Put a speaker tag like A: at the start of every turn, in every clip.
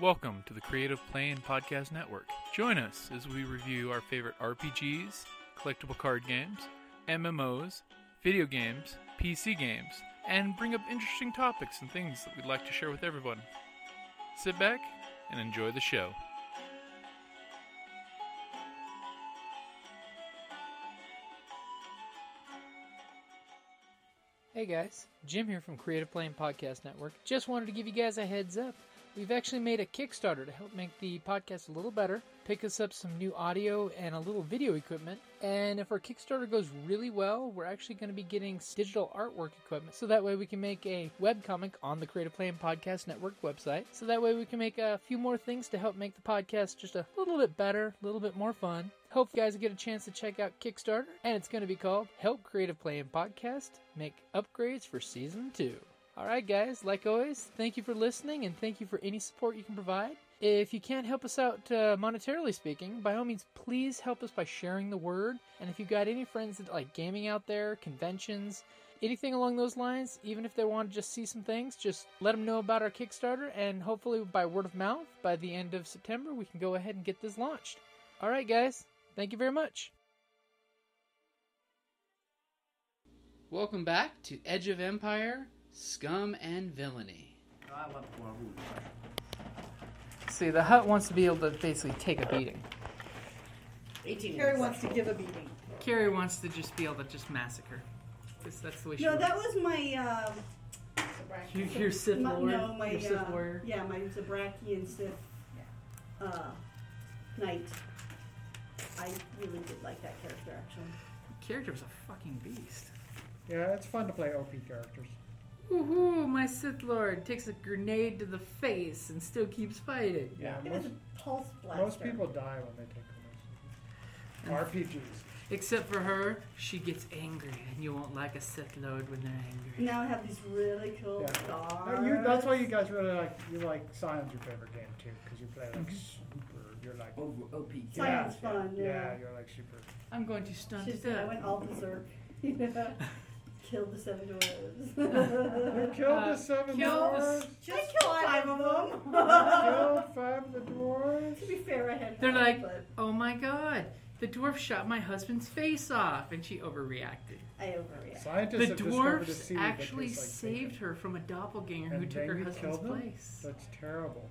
A: Welcome to the Creative Play and Podcast Network. Join us as we review our favorite RPGs, collectible card games, MMOs, video games, PC games, and bring up interesting topics and things that we'd like to share with everyone. Sit back and enjoy the show.
B: Hey guys, Jim here from Creative Plane Podcast Network. Just wanted to give you guys a heads up. We've actually made a Kickstarter to help make the podcast a little better, pick us up some new audio and a little video equipment. And if our Kickstarter goes really well, we're actually going to be getting digital artwork equipment so that way we can make a webcomic on the Creative Plane Podcast Network website. So that way we can make a few more things to help make the podcast just a little bit better, a little bit more fun. Hope you guys get a chance to check out Kickstarter, and it's going to be called Help Creative Play and Podcast Make Upgrades for Season 2. All right, guys, like always, thank you for listening and thank you for any support you can provide. If you can't help us out uh, monetarily speaking, by all means, please help us by sharing the word. And if you've got any friends that like gaming out there, conventions, anything along those lines, even if they want to just see some things, just let them know about our Kickstarter. And hopefully, by word of mouth, by the end of September, we can go ahead and get this launched. All right, guys, Thank you very much. Welcome back to Edge of Empire Scum and Villainy. See, the hut wants to be able to basically take a beating.
C: Carrie wants to give a beating.
B: Carrie wants to just be able to just massacre. Just, that's the way she
C: No,
B: works.
C: that was my. Um,
B: You- you're Sith
C: my-
B: Lord?
C: No, my.
B: You're Sith
C: uh,
B: warrior?
C: Yeah, my Zabrakian Sith uh, knight. I really did like that character actually.
B: Character was a fucking beast.
D: Yeah, it's fun to play OP characters.
B: Woohoo, my Sith Lord takes a grenade to the face and still keeps fighting.
D: Yeah,
C: It was
D: most,
C: a pulse blaster.
D: most people die when they take
B: Mm.
D: those. RPGs.
B: Except for her, she gets angry, and you won't like a Sith Lord when they're angry.
C: Now I have these really cool
D: Yeah.
C: stars.
D: No, you, that's why you guys really like you like Scion's your favorite game too, because you play
B: Mm-hmm.
D: like super. You're like
E: over OP.
C: Scion's
D: yeah,
C: Oh, fun,
D: Yeah.
C: yeah.
D: you're like super.
B: I'm going to stun to
C: She's, I
B: death.
C: went all berserk. you know? Killed the seven dwarves.
D: You killed the seven
B: killed the
D: dwarves.
B: s-
C: Just killed five of them.
D: killed five of the dwarves.
C: to be fair, I had.
B: They're
C: nine,
B: like-
C: but
B: Oh my god, the dwarf shot my husband's face off, and she overreacted.
C: I overreacted.
D: Scientists
B: The
D: have discovered a
B: dwarfs
D: seed that
B: actually
D: tastes like
B: saved
D: bacon.
B: her from a doppelganger who
D: And
B: took
D: then
B: her
D: you
B: husband's
D: killed them?
B: place.
D: That's terrible.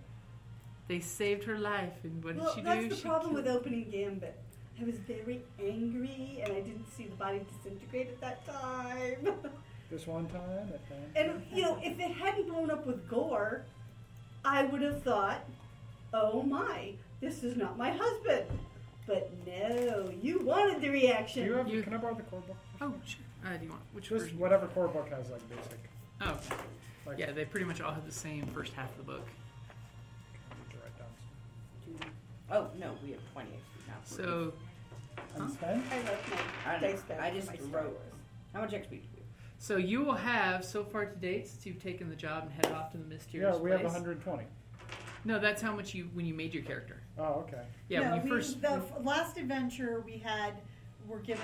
B: They saved her life, and what did
C: Well,
B: she do?
C: that's the
B: She
C: problem
B: killed-
C: with opening Gambit. I was very angry, and I didn't see the body disintegrate at that time.
D: This one time, I think.
C: and you know, if it hadn't blown up with gore, I would have thought, "Oh my, this is not my husband." But no, you wanted the
D: Do
C: reaction.
D: you have?
B: You-
D: can I borrow the core book?
B: Oh, sure. Uh, do you want which
D: Just
B: version?
D: whatever core book has like basic.
B: Oh, okay.
D: Like,
B: yeah, they pretty much all have the same first half of the book.
D: I need to write down some.
E: Oh no, we have twenty extra now.
B: So
D: Unspent?
C: I left my
E: I don't know.
C: dice bag
E: I
C: for
E: just
C: my Star
E: wrote.
C: Wars.
E: how much XP do we have?
B: So you will have, so far to date, since you've taken the job and head off to the mysterious
D: Yeah, we
B: place.
D: have 120.
B: No, that's how much you when you made your character.
D: Oh, okay.
B: Yeah,
F: no,
B: when you
F: we,
B: first.
F: the f- last adventure we had, we're given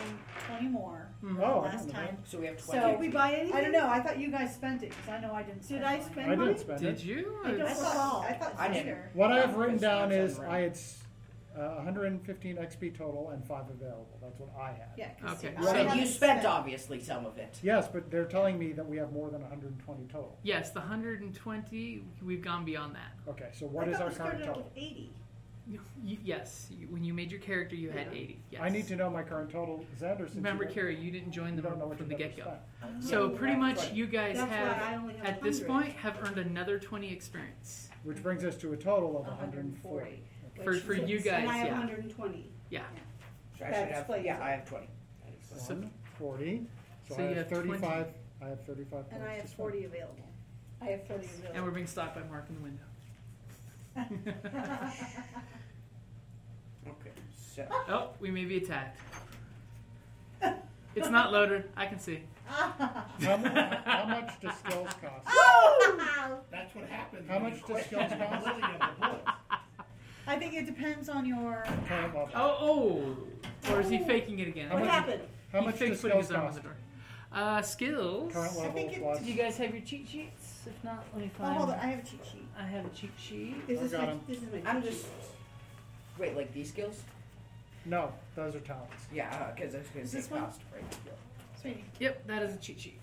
F: twenty more.
B: Mhm.
D: Oh, I don't
F: last
D: know.
F: time.
E: So we have
F: So
E: twenty.
C: Did we buy anything?
F: I don't know. I thought you guys spent it because I know I didn't.
C: Did
F: Spend
C: I
F: mine.
C: spend
D: I
C: mine?
D: didn't spend
B: Did
D: it.
B: you?
C: I don't
F: I
C: recall.
F: thought-
C: I thought
E: I
C: so
E: didn't.
C: either.
D: What I have
E: Yeah,
D: written
E: because
D: down
E: that's
D: is
E: on
D: I
E: RAM.
D: had s- uh, 115 XP total and five available. That's what I had.
F: Yeah. 'cause
B: Okay,
F: I
B: so-
E: But
F: haven't
E: you spent obviously some of it.
D: Yes, but they're telling me that we have more than 120 total.
B: Yes, the 120. We've gone beyond that.
D: Okay, so what
C: I
D: is
C: thought
D: our
C: we
D: current
C: started out
D: total?
C: with eighty.
B: You, yes, you, when you made your character, you had
C: Yeah.
B: 80. Yes.
D: I need to know my current total. Xander, since
B: Remember,
D: you don't-
B: Carrie, you didn't join
D: you
B: them
D: don't know what
B: from the
D: your
B: get
D: numbers
B: go.
D: are.
B: So
E: Yeah,
B: pretty
E: right,
B: much,
E: right.
B: you guys
C: That's
B: have
C: why I only have
B: at this
C: 100.
B: point have earned another 20 experience.
D: Which brings us to a total of 140.
B: For-
C: which
B: for
C: is-
B: you guys,
C: And I have
B: yeah.
C: 120.
B: Yeah.
E: So I
C: That
E: should have,
C: explains
E: yeah,
C: it.
E: I have twenty.
D: 140. So,
B: So
D: I
B: you
D: have
B: have 20.
D: 35. I have 35 points.
C: And I
D: to
C: have
D: spend.
C: 40 available. I have 40 available.
B: And we're being stopped by Mark in the window.
E: Okay. So
B: oh, we may be attacked. It's not loaded. I can see.
D: How, mu- how much does skills cost?
G: That's what happens.
D: How
G: when
D: much
G: you
D: does
G: question
D: skills
G: the
D: cost?
G: ability of the bullets.
F: I think it depends on your.
D: Current level.
B: Oh, oh. Or is he faking it again?
D: How
C: What
D: much-
C: happened?
D: How
B: he
D: much
B: faked
D: does
B: putting
D: skills
B: his arm on
D: cost?
B: the door.
H: Uh, skills.
D: Current
F: I
D: level
F: think it-
D: plus.
H: Do you guys have your cheat sheets? If not, let me
F: Oh,
H: find.
F: hold on. I have a cheat sheet.
H: I have a cheat sheet.
C: This
D: I
C: is
D: got
C: my,
D: 'em.
C: this is my.
E: I'm just. Wait, like these skills?
D: No, those are talents.
E: Yeah, because I was going to
F: Is
E: say
F: this one?
E: cost. Right.
F: Sweetie.
H: Yep, that is a cheat sheet.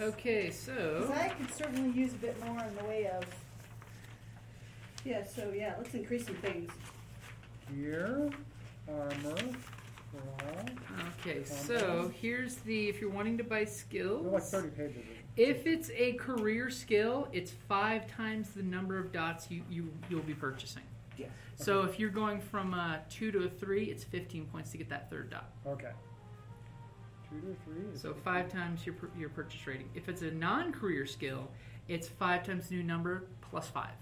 H: Okay, so
F: 'Cause I could certainly use a bit more in the way of.
C: Yeah, so yeah, let's increase some things.
D: Gear, armor, raw.
H: okay, so here's the if you're wanting to buy skills.
D: They're like 30 pages.
H: If it's a career skill, it's five times the number of dots you, you you'll be purchasing.
E: Yes.
H: So if you're going from a two to a three, it's 15 points to get that third dot.
D: Okay. Two to three. is
H: So
D: fifty.
H: five times your pur- your purchase rating. If it's a non-career skill, it's five times new number plus five.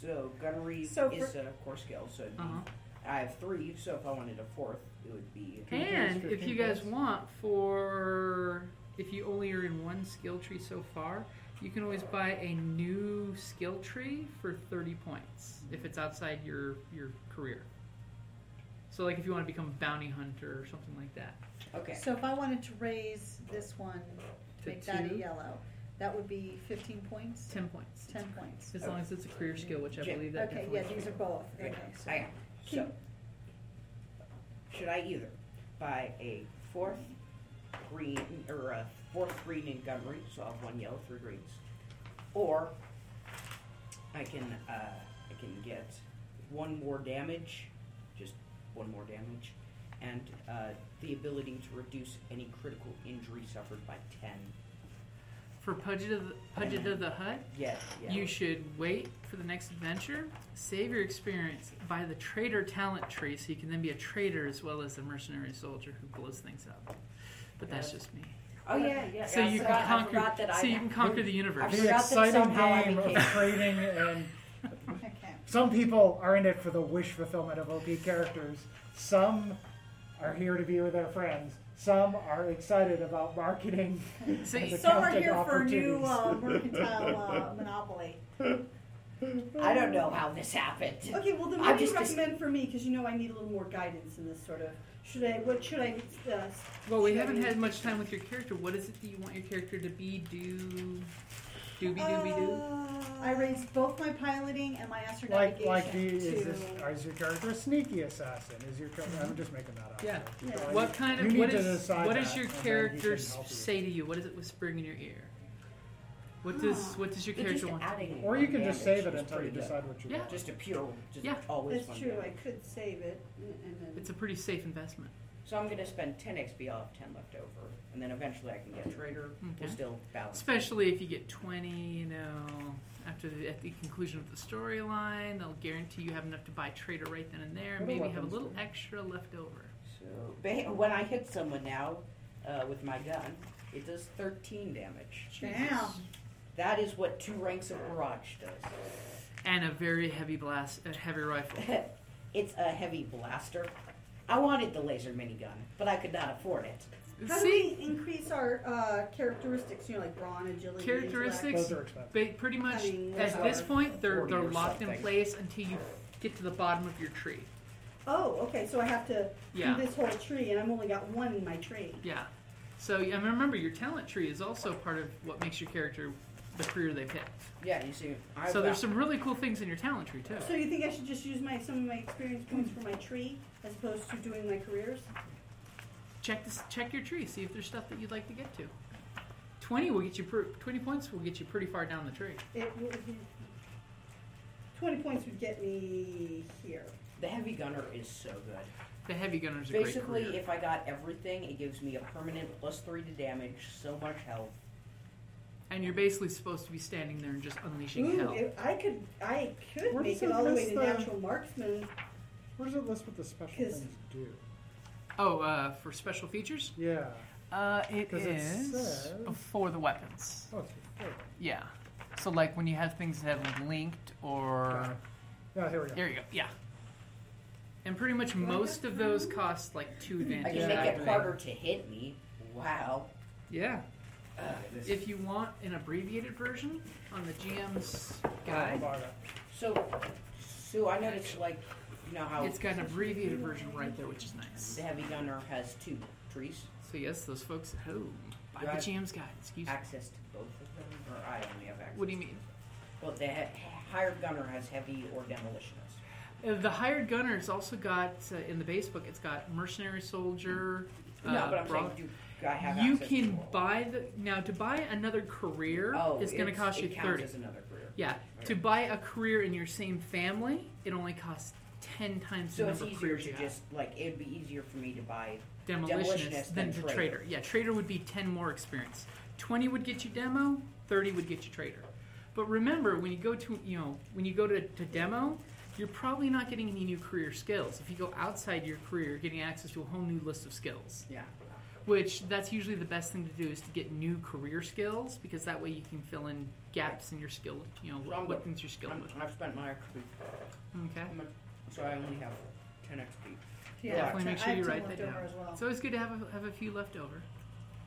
E: So gunnery
F: So
E: is a core skill, so it'd be,
H: Uh-huh.
E: I have three. So if I wanted a fourth, it would be
D: Two
H: And
D: times
H: if you
D: 15
H: guys
D: points.
H: want for if you only are in one skill tree so far, you can always buy a new skill tree for 30 points if it's outside your your career. So like if you want to become a bounty hunter or something like that.
E: okay.
F: So if I wanted to raise this one to
H: To
F: make that a
H: two?
F: yellow, that would be 15 points?
H: 10 points.
F: 10 points.
H: As long as it's a career skill, which I
E: Jim.
H: believe that
F: Okay, yeah,
H: definitely
F: these
H: is.
F: are both. Okay, so.
E: I am. So should I either buy a fourth green or a fourth green in gunnery, so I'll have one yellow, three greens, or I can uh, I can get one more damage, just one more damage, and uh, the ability to reduce any critical injury suffered by ten.
H: For Pudget of the, Pudget of the Hut,
E: Yeah, yeah.
H: You should wait for the next adventure, save your experience, buy the trader talent tree so you can then be a trader as well as a mercenary soldier who blows things up. But that's
E: Yes.
H: just me.
E: Oh yeah, yeah.
H: so
E: I
H: you
E: forgot-
H: can
E: I
H: conquer.
E: forgot that I
H: so you
E: had-
H: can conquer the
E: I
H: universe.
E: forgot
D: The
E: that
D: exciting
E: somehow I
D: game of
E: became-
D: trading and
F: Okay.
D: some people are in it for the wish fulfillment of OP characters. Some are here to be with their friends. Some are excited about marketing.
H: So
D: and
H: you-
F: Some are
D: accounting
F: here for a new uh,
D: opportunities.
F: mercantile uh, monopoly.
E: I don't know how this happened.
C: Okay, well then,
E: I'm
C: what do you
E: just-
C: recommend for me? Because you know I need a little more guidance in this sort of. Should I? What should I? Uh,
H: well, we
C: should I-
H: haven't had much time with your character. What is it that you want your character to be? Do doobie doobie doo.
C: Uh,
F: I raised both my piloting and my
D: Like,
F: astronavigation
D: like the, is
F: to
D: this, is your character a sneaky assassin? Is your character, I'm just making that up.
H: Yeah.
D: so you
C: Yeah.
E: Uh,
D: guys-
H: What kind
D: you
H: of
D: need
H: what
D: to
H: is
D: decide
H: what does
D: that,
H: your
D: and then he
H: character
D: can help you.
H: say to you? What is it whispering in your ear? What does what does your
E: But
H: character
E: just
H: want?
E: adding
D: Or you can just
E: damage
D: save it
E: is
D: until you
E: pretty good.
D: decide what you
H: Yeah.
D: want.
E: Just a pure, just
H: Yeah.
E: always
C: That's
E: one
C: true. I
E: damage.
C: could save it, and then
H: It's a pretty safe investment.
E: So I'm going to spend 10 XP. I'll have 10 left over, and then eventually I can get trader.
H: Okay.
E: We'll still balance. it.
H: Especially if you get 20, you know, after the, at the conclusion of the storyline, they'll guarantee you have enough to buy Trader right then and there, and
D: Little
H: maybe have a
D: weapons,
H: little
D: too.
H: extra left over.
E: So ba- when I hit someone now uh, with my gun, it does 13 damage.
F: Damn.
E: That is what two ranks of barrage does.
H: And a very heavy blast, a heavy rifle.
E: it's a heavy blaster. I wanted the laser minigun, but I could not afford it.
C: How
H: See,
C: do we increase our uh, characteristics? You know, like brawn, agility,
H: Characteristics?
D: Those are expensive.
H: ba- pretty much
C: I mean,
H: at this
E: or
H: point, they're,
E: 40
H: they're
E: or
H: locked in
E: something.
H: place until you get to the bottom of your tree.
C: intellect. Oh, okay. So I have to
H: Yeah.
C: do this whole tree, and I've only got one in my tree.
H: Yeah. So, yeah, and remember, your talent tree is also part of what makes your character the career they pick.
E: Yeah, you see. I
H: So there's
E: got-
H: some really cool things in your talent tree, too.
C: So you think I should just use my some of my experience points for my tree as opposed to doing my careers?
H: check this check your tree see if there's stuff that you'd like to get to 20 will get you pr 20 points will get you pretty far down the tree
C: It would be twenty points would get me here.
E: the heavy gunner is so good.
H: the heavy gunner's a
E: Basically,
H: great career.
E: if I got everything, it gives me a permanent plus three to damage, so much health.
H: and you're basically supposed to be standing there and just unleashing hell
C: if I could, I could
D: Where
C: make
D: does
C: it
D: it
C: all the way
D: list
C: to
D: the-
C: natural marksman.
D: Where does it list what the special
C: 'Cause-
D: things do?
H: oh uh, for special features
D: Yeah.
H: uh, it
D: 'Cause it is says-
H: for the weapons
D: Oh, it's before.
H: yeah so like when you have things that have linked
D: Got
H: or
D: it. Yeah, here we go.
H: there you go yeah and pretty much most of those cost like two
E: I
H: advantages
E: can
D: Yeah.
E: make
H: after
E: it
H: they-
E: harder to hit me. Wow.
H: yeah
E: Ugh, this-
H: if you want an abbreviated version on the gm's guide
E: so, Sue, I noticed like, you know how
H: It's got an abbreviated version right there, which is nice.
E: the heavy gunner has two trees.
H: So yes, those folks at home buy
E: Right.
H: the Jam's Guide. Excuse me.
E: access to both of them, or I only have access.
H: What do you mean?
E: Well, the he- hired gunner has heavy or demolitionist.
H: Uh, The hired gunner's also got uh, in the base book. It's got mercenary soldier.
E: no,
H: uh,
E: but I'm
H: bra-
E: saying do I have
H: you
E: access to
H: can
E: all of them?
H: buy the now to buy another career
E: Oh,
H: is going to
E: it's-
H: cost you
E: it counts
H: thirty.
E: As another career.
H: Yeah, to buy a career in your same family, it only costs ten times
E: So
H: the
E: it's
H: number of
E: easier
H: careers
E: to
H: you have.
E: just like it'd be easier for me to buy.
H: Demolitionist
E: demolitionist
H: than
E: than
H: to trader.
E: trader.
H: Yeah, trader would be ten more experience. Twenty would get you demo. Thirty would get you trader. But remember, when you go to you know when you go to, to demo, you're probably not getting any new career skills. If you go outside your career, you're getting access to a whole new list of skills.
E: Yeah.
H: Which that's usually the best thing to do is to get new career skills because that way you can fill in gaps in your skill. You know what, what things you're skilled
E: I'm,
H: with.
E: I've spent my XP,
H: Okay.
E: I'm a- so I only have ten XP.
C: Yeah,
H: Definitely
C: so
H: make
C: I
H: sure
C: have
H: you
C: two
H: write that
C: left
H: down.
C: over as well.
H: It's always good to have a, have a few left over.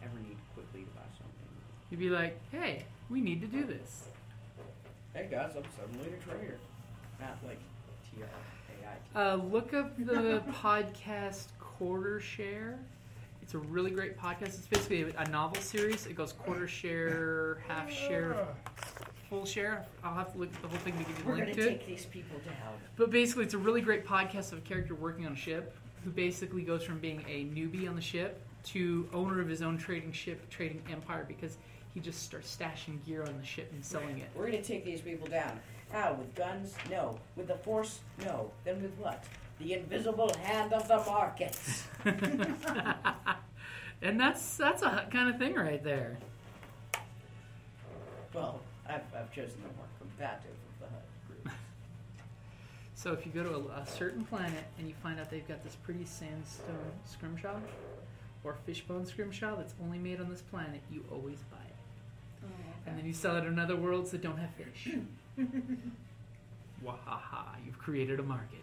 E: Ever need quickly to buy something?
H: You'd be like, hey, we need to do this.
E: Hey guys, I'm suddenly a trader. Not like T R A I T.
H: Uh, look up the podcast Quarter Share. It's a really great podcast. It's basically a novel series. It goes quarter share, half share,
D: Ah.
H: full share. I'll have to look at the whole thing to give you the
E: We're
H: link
E: gonna
H: to it.
E: take these people down.
H: But basically, it's a really great podcast of a character working on a ship who basically goes from being a newbie on the ship to owner of his own trading ship, trading empire, because he just starts stashing gear on the ship and selling it.
E: We're gonna take these people down. How? With guns? No. With the force? No. Then with what? The invisible hand of the markets.
H: and that's that's a kind of thing right there.
E: Well, I've, I've chosen the more combative uh, of the HUD groups.
H: So if you go to a, a certain planet and you find out they've got this pretty sandstone scrimshaw or fishbone scrimshaw that's only made on this planet, you always buy it. And then you sell it in other worlds that don't have fish. Wahaha, you've created a market.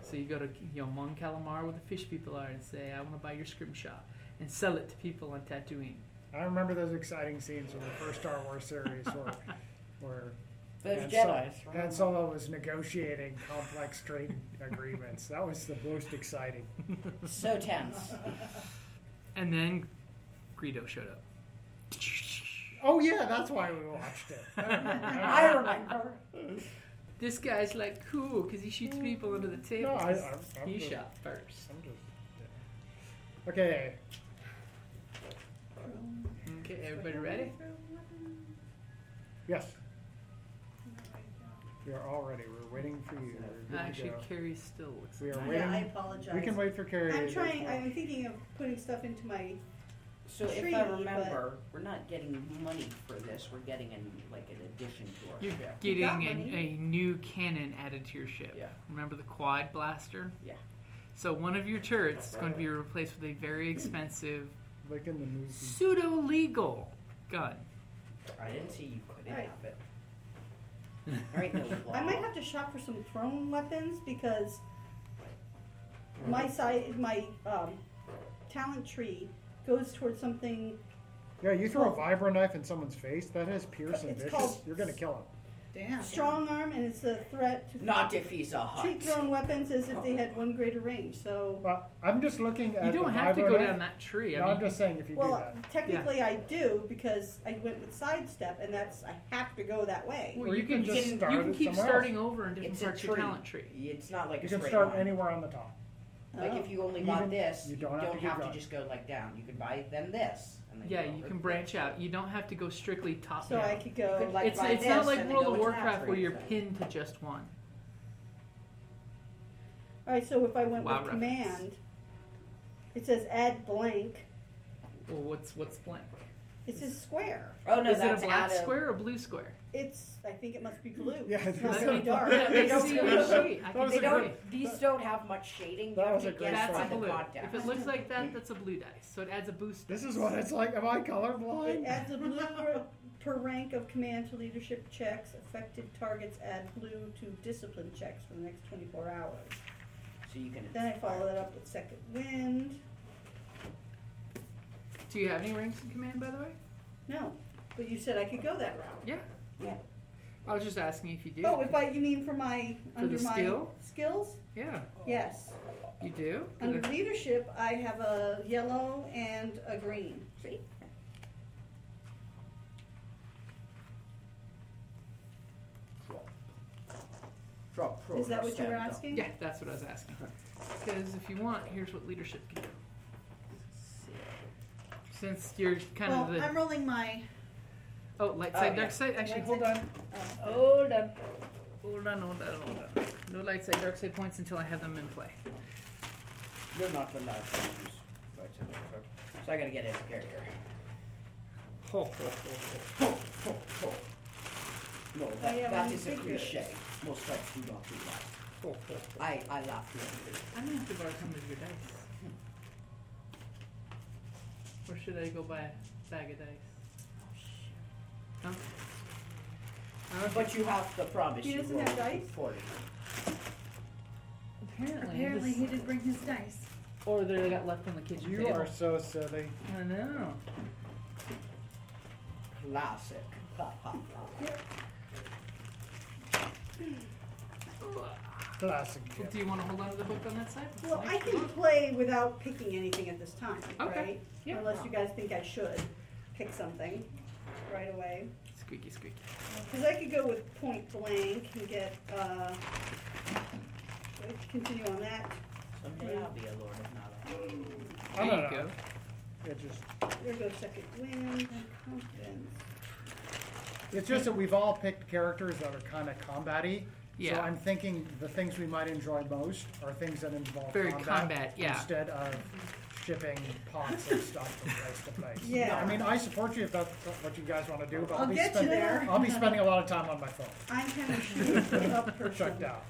H: So you go to you know, Mon Calamar where the fish people are and say, I want to buy your scrimshaw and sell it to people on Tatooine.
D: I remember those exciting scenes from the first Star Wars series where, where
E: Those
D: Han
E: Jedi's.
D: Solo, Han Solo was negotiating complex trade agreements. That was the most exciting.
E: So tense.
H: And then Greedo showed up.
D: Oh yeah, that's why we watched it.
E: I remember.
H: This guy's like cool because he shoots people under the
D: no,
H: table.
D: I, I, I'm,
H: he
D: just,
H: shot first.
D: I'm just. Okay,
H: Okay, everybody ready?
D: yes. We are all ready. We're waiting for you. We're good to
H: Actually,
D: go.
H: Ah, Carrie still looks.
D: We are
C: Yeah, I
D: waiting.
C: apologize.
D: We can wait for Carrie.
C: I'm
D: to-
C: trying. I'm thinking of putting stuff into my.
E: So if
C: Tree,
E: I
C: but-
E: remember, we're not getting money for this. We're getting an, like an addition to our
H: You're
E: ship.
H: getting
C: got
H: a,
C: money?
H: a new cannon added to your ship.
E: Yeah.
H: Remember the quad blaster?
E: Yeah.
H: So one of your turrets is going to be replaced with a very expensive
D: Like in the movie.
H: pseudo legal gun.
E: I didn't see you couldn't
C: Right.
E: have it. There ain't no law.
C: I might have to shop for some thrown weapons because my side, my um, talent tree goes towards something.
D: Yeah, you throw a vibro knife in someone's face, that has pierce and
C: It's
D: vicious.
C: called-
D: You're gonna kill him.
F: Damn.
C: Strong arm, and it's a threat to.
E: Not if he's a
C: Treat
E: hut.
C: thrown weapons as if they had one greater range. So,
D: Well, I'm just looking at.
H: You don't
D: the
H: have to
D: vibro
H: go
D: knife.
H: down that tree.
D: No,
H: I
D: I'm
H: mean,
D: just saying if you do
C: well,
D: that.
C: technically I do because I went with sidestep, and that's I have to go that way.
H: well, you, can,
D: just
H: you
D: start
H: can
D: it
H: keep
D: somewhere
H: starting over in different
E: It's a
H: parts of your
E: tree.
H: talent tree.
E: It's not like
D: You
E: a
D: can
E: straight
D: start
E: line.
D: anywhere on the top.
E: Like
C: Oh.
E: if you only
D: You
E: bought
D: can-
E: this,
D: you don't have to keep
E: have to
D: going.
E: just go like down. You could buy then this. And then
H: Yeah,
E: go
H: you
E: over.
H: can branch out. You don't have to go strictly top
C: So
H: down.
C: I could
E: You
C: go.
E: could, like,
H: it's
E: buy
H: it's not
E: this
H: like
E: and then
H: World
E: go
H: of
E: into that
H: Warcraft where
E: tree.
H: you're pinned to just one.
C: All right, so if I went
H: Wow
C: with
H: reference.
C: command, it says add blank.
H: Well, what's what's blank?
C: It says square.
E: Oh no,
H: Is it a
E: that's
H: black
E: out of-
H: square or a blue square?
C: It's. I think it must be blue.
D: Yeah,
C: it's
D: I
C: not
D: think
C: so
D: so.
C: dark.
H: Yeah,
D: They
H: they
D: don't-
H: see on the sheet. I
D: That was
E: They
H: can
D: a
H: see
D: great-
E: don't. These don't have much shading.
D: That
E: you
D: was
E: have
D: a
E: to
D: great
E: guess
H: That's
E: by
H: a
D: find
E: the
H: blue. If
E: contact.
H: it looks like that, that's a blue dice. So it adds a boost.
D: This is what it's like. Am I
C: It
D: colorblind?
C: adds a blue per, per rank of command to leadership checks. Affected targets add blue to discipline checks for the next 24 hours.
E: so you can.
C: Then I follow that up with second wind.
H: Do you have any ranks in command, by the way?
C: No, but you said I could go that route.
H: Yeah.
C: Yeah.
H: I was just asking if you did.
C: Oh, if I you mean for my
H: For the Oh.
C: under my
H: skill?
C: skills?
H: yeah.
C: Yes.
H: You do?
C: Under leadership, I have a yellow and a green.
E: See? Draw pro.
C: Is that what you were
E: stamp,
C: asking?
H: Yeah, that's what I was asking. Because if you want, here's what leadership can do. Since you're kind
C: Well,
H: of the
C: I'm rolling my.
H: oh light
E: Oh,
H: side,
E: yeah.
H: dark side. Actually,
C: Light
H: hold
C: side.
H: on,
C: Oh,
H: hold on, hold on, hold on, hold on. No light side, dark side points until I have them in play.
E: though. You're not allowed to use. right, so- so- So I gotta get in character.
H: Ho, ho,
E: Ho, ho, ho. No, that,
C: Oh, yeah,
E: that
C: when you
E: is a
C: figure it.
E: cliche. Most folks do not do that.
H: ho, ho, ho.
E: I, I laugh at it.
H: I'm gonna have to borrow some of your dice. Or should I go buy a bag of dice? Oh, Huh? Okay.
E: But you have the promise.
C: He
E: you
C: doesn't have
E: roll
C: dice?
E: Forty.
H: Apparently,
F: Apparently,
H: this-
F: he did bring his dice.
H: or they got left on the kitchen
D: You
H: table.
D: are so silly.
H: I know.
E: Classic. Ha, ha, ha.
D: Classic Jim.
H: Do you want to hold on to the book on that side?
C: Well, I
H: Like-
C: can play without picking anything at this time,
H: Okay.
C: right?
H: Yeah.
C: Unless you guys think I should pick something right away.
H: Squeaky, squeaky.
C: Because I could go with point blank and get, uh, let's continue on that.
E: Someday I'll be a lord of knowledge.
D: I
H: There
D: don't
H: you
D: know.
H: go.
D: It just,
C: There goes second wind, confidence.
D: it's just that we've all picked characters that are kind of combat-y.
H: Yeah.
D: So I'm thinking the things we might enjoy most are things that involve
H: Very
D: combat,
H: combat, yeah.
D: instead of shipping pots and stuff from place to place.
C: Yeah.
D: I mean, I support you if that's what you guys want to do, but
C: I'll
D: will be
C: get you
D: spending,
C: there.
D: I'll be spending a lot of time on my phone.
C: I'm kind of shooting up person.
D: Checked out.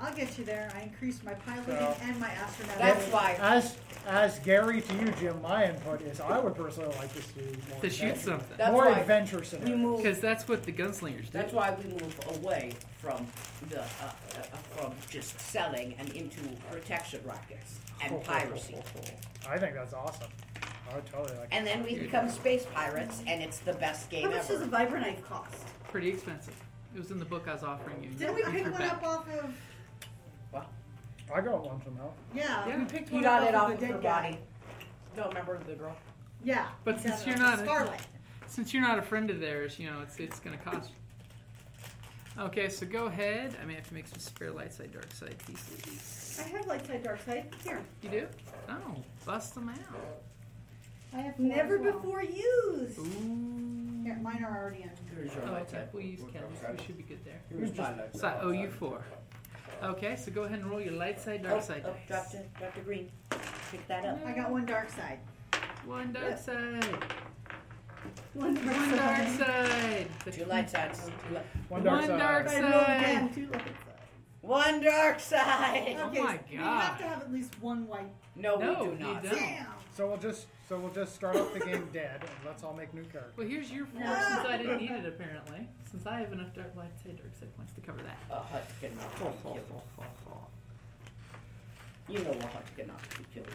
C: I'll get you there. I increased my piloting
D: So-
C: and my astronaut.
E: That's why
D: As as Gary to you, Jim, my input is I would personally like to see more
H: To shoot
D: adventure-
H: something.
E: That's
D: more
E: why
D: adventure
E: we
D: scenarios.
E: move.
H: Because that's what the gunslingers do.
E: That's why we move away from the uh, uh, uh, from just selling and into protection rackets and piracy.
D: I think that's awesome. I would totally like.
E: And then we become space pirates, and it's the best
C: How
E: game
C: much does a
E: ever.
C: vibrant knife cost?
H: Pretty expensive. It was in the book I was offering you.
C: Didn't we
H: You
C: pick
H: threw
C: one
H: back.
C: up off of?
D: I got one from hell.
C: Yeah,
H: Yeah.
C: we picked
E: You
C: one
E: got
C: up
E: it off
C: of
E: of
C: the
E: her
C: dead guy.
E: body. No, remember the girl?
C: Yeah.
H: But
C: we
H: since
C: got it
H: you're
C: off of
H: not a-
C: Scarlet.
H: Since you're not a friend of theirs, you know, it's, it's going to cost you. Okay, so go ahead. I may have to make some spare light side, dark side pieces.
C: I have light side, dark side. Here.
H: You do? Oh, bust them out.
F: I have four
C: Never
F: as well.
C: before used. Oh,
H: Ooh.
F: Here, mine are already in.
E: Here's your
H: Oh,
E: light
H: okay,
E: side.
H: we'll use
E: Here's
H: Kelly's.
E: your
H: We should be good there.
E: light side.
H: So I owe you four. Okay, so go ahead and roll your light side,
E: Oh,
H: dark side
E: oh,
H: dice.
E: drop the, drop the green. Pick that up.
C: I
H: Oh.
C: got one dark side.
H: One dark side.
C: One dark
H: One dark
C: side.
H: side.
E: Two light sides. Two li-
D: One dark
H: One
D: side.
H: dark
C: I rolled again. Two light sides.
E: One dark side.
H: Oh
C: Okay,
H: my
C: so We have to
H: God.
C: have at least one white.
E: No,
H: No,
E: we
H: you
E: do not.
H: don't.
C: Damn.
D: So we'll just so we'll just start off the game dead, and let's all make new characters.
H: Well, here's your four
C: No.
H: since I didn't need it apparently. Since I have enough dark light side, dark side points to cover that.
E: A hut cannot be killed. You know a hut cannot be killed.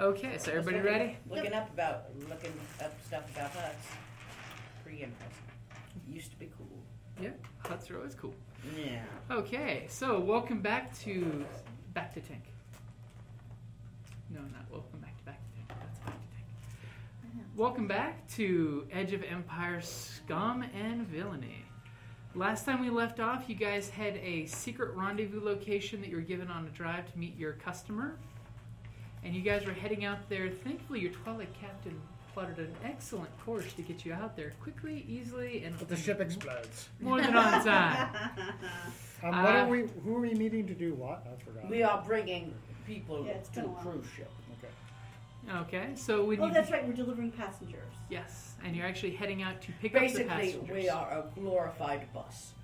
H: Okay, so everybody
E: Looking-
H: ready?
E: Looking up about looking up stuff about huts. Pretty impressive. Used to be cool.
H: Yeah, huts are always cool.
E: Yeah.
H: Okay, so welcome back to back to tank. No, not welcome back to back to tank. That's back to tank. Welcome back to Edge of Empire: Scum and Villainy. Last time we left off, you guys had a secret rendezvous location that you were given on a drive to meet your customer, and you guys were heading out there. Thankfully, your Twilight Captain plotted an excellent course to get you out there quickly, easily, and
D: But the ship explodes.
H: more than on time.
D: Um, what
H: Uh,
D: are we? Who are we meeting to do what? I forgot.
E: We are bringing people
C: Yeah, it's
E: to
C: been
E: the
C: a while.
E: cruise ship.
D: okay.
H: Okay, so when
C: Oh,
H: you
C: that's right. We're delivering passengers.
H: yes, and you're actually heading out to pick up the
E: Basically,
H: passengers.
E: we are a glorified bus.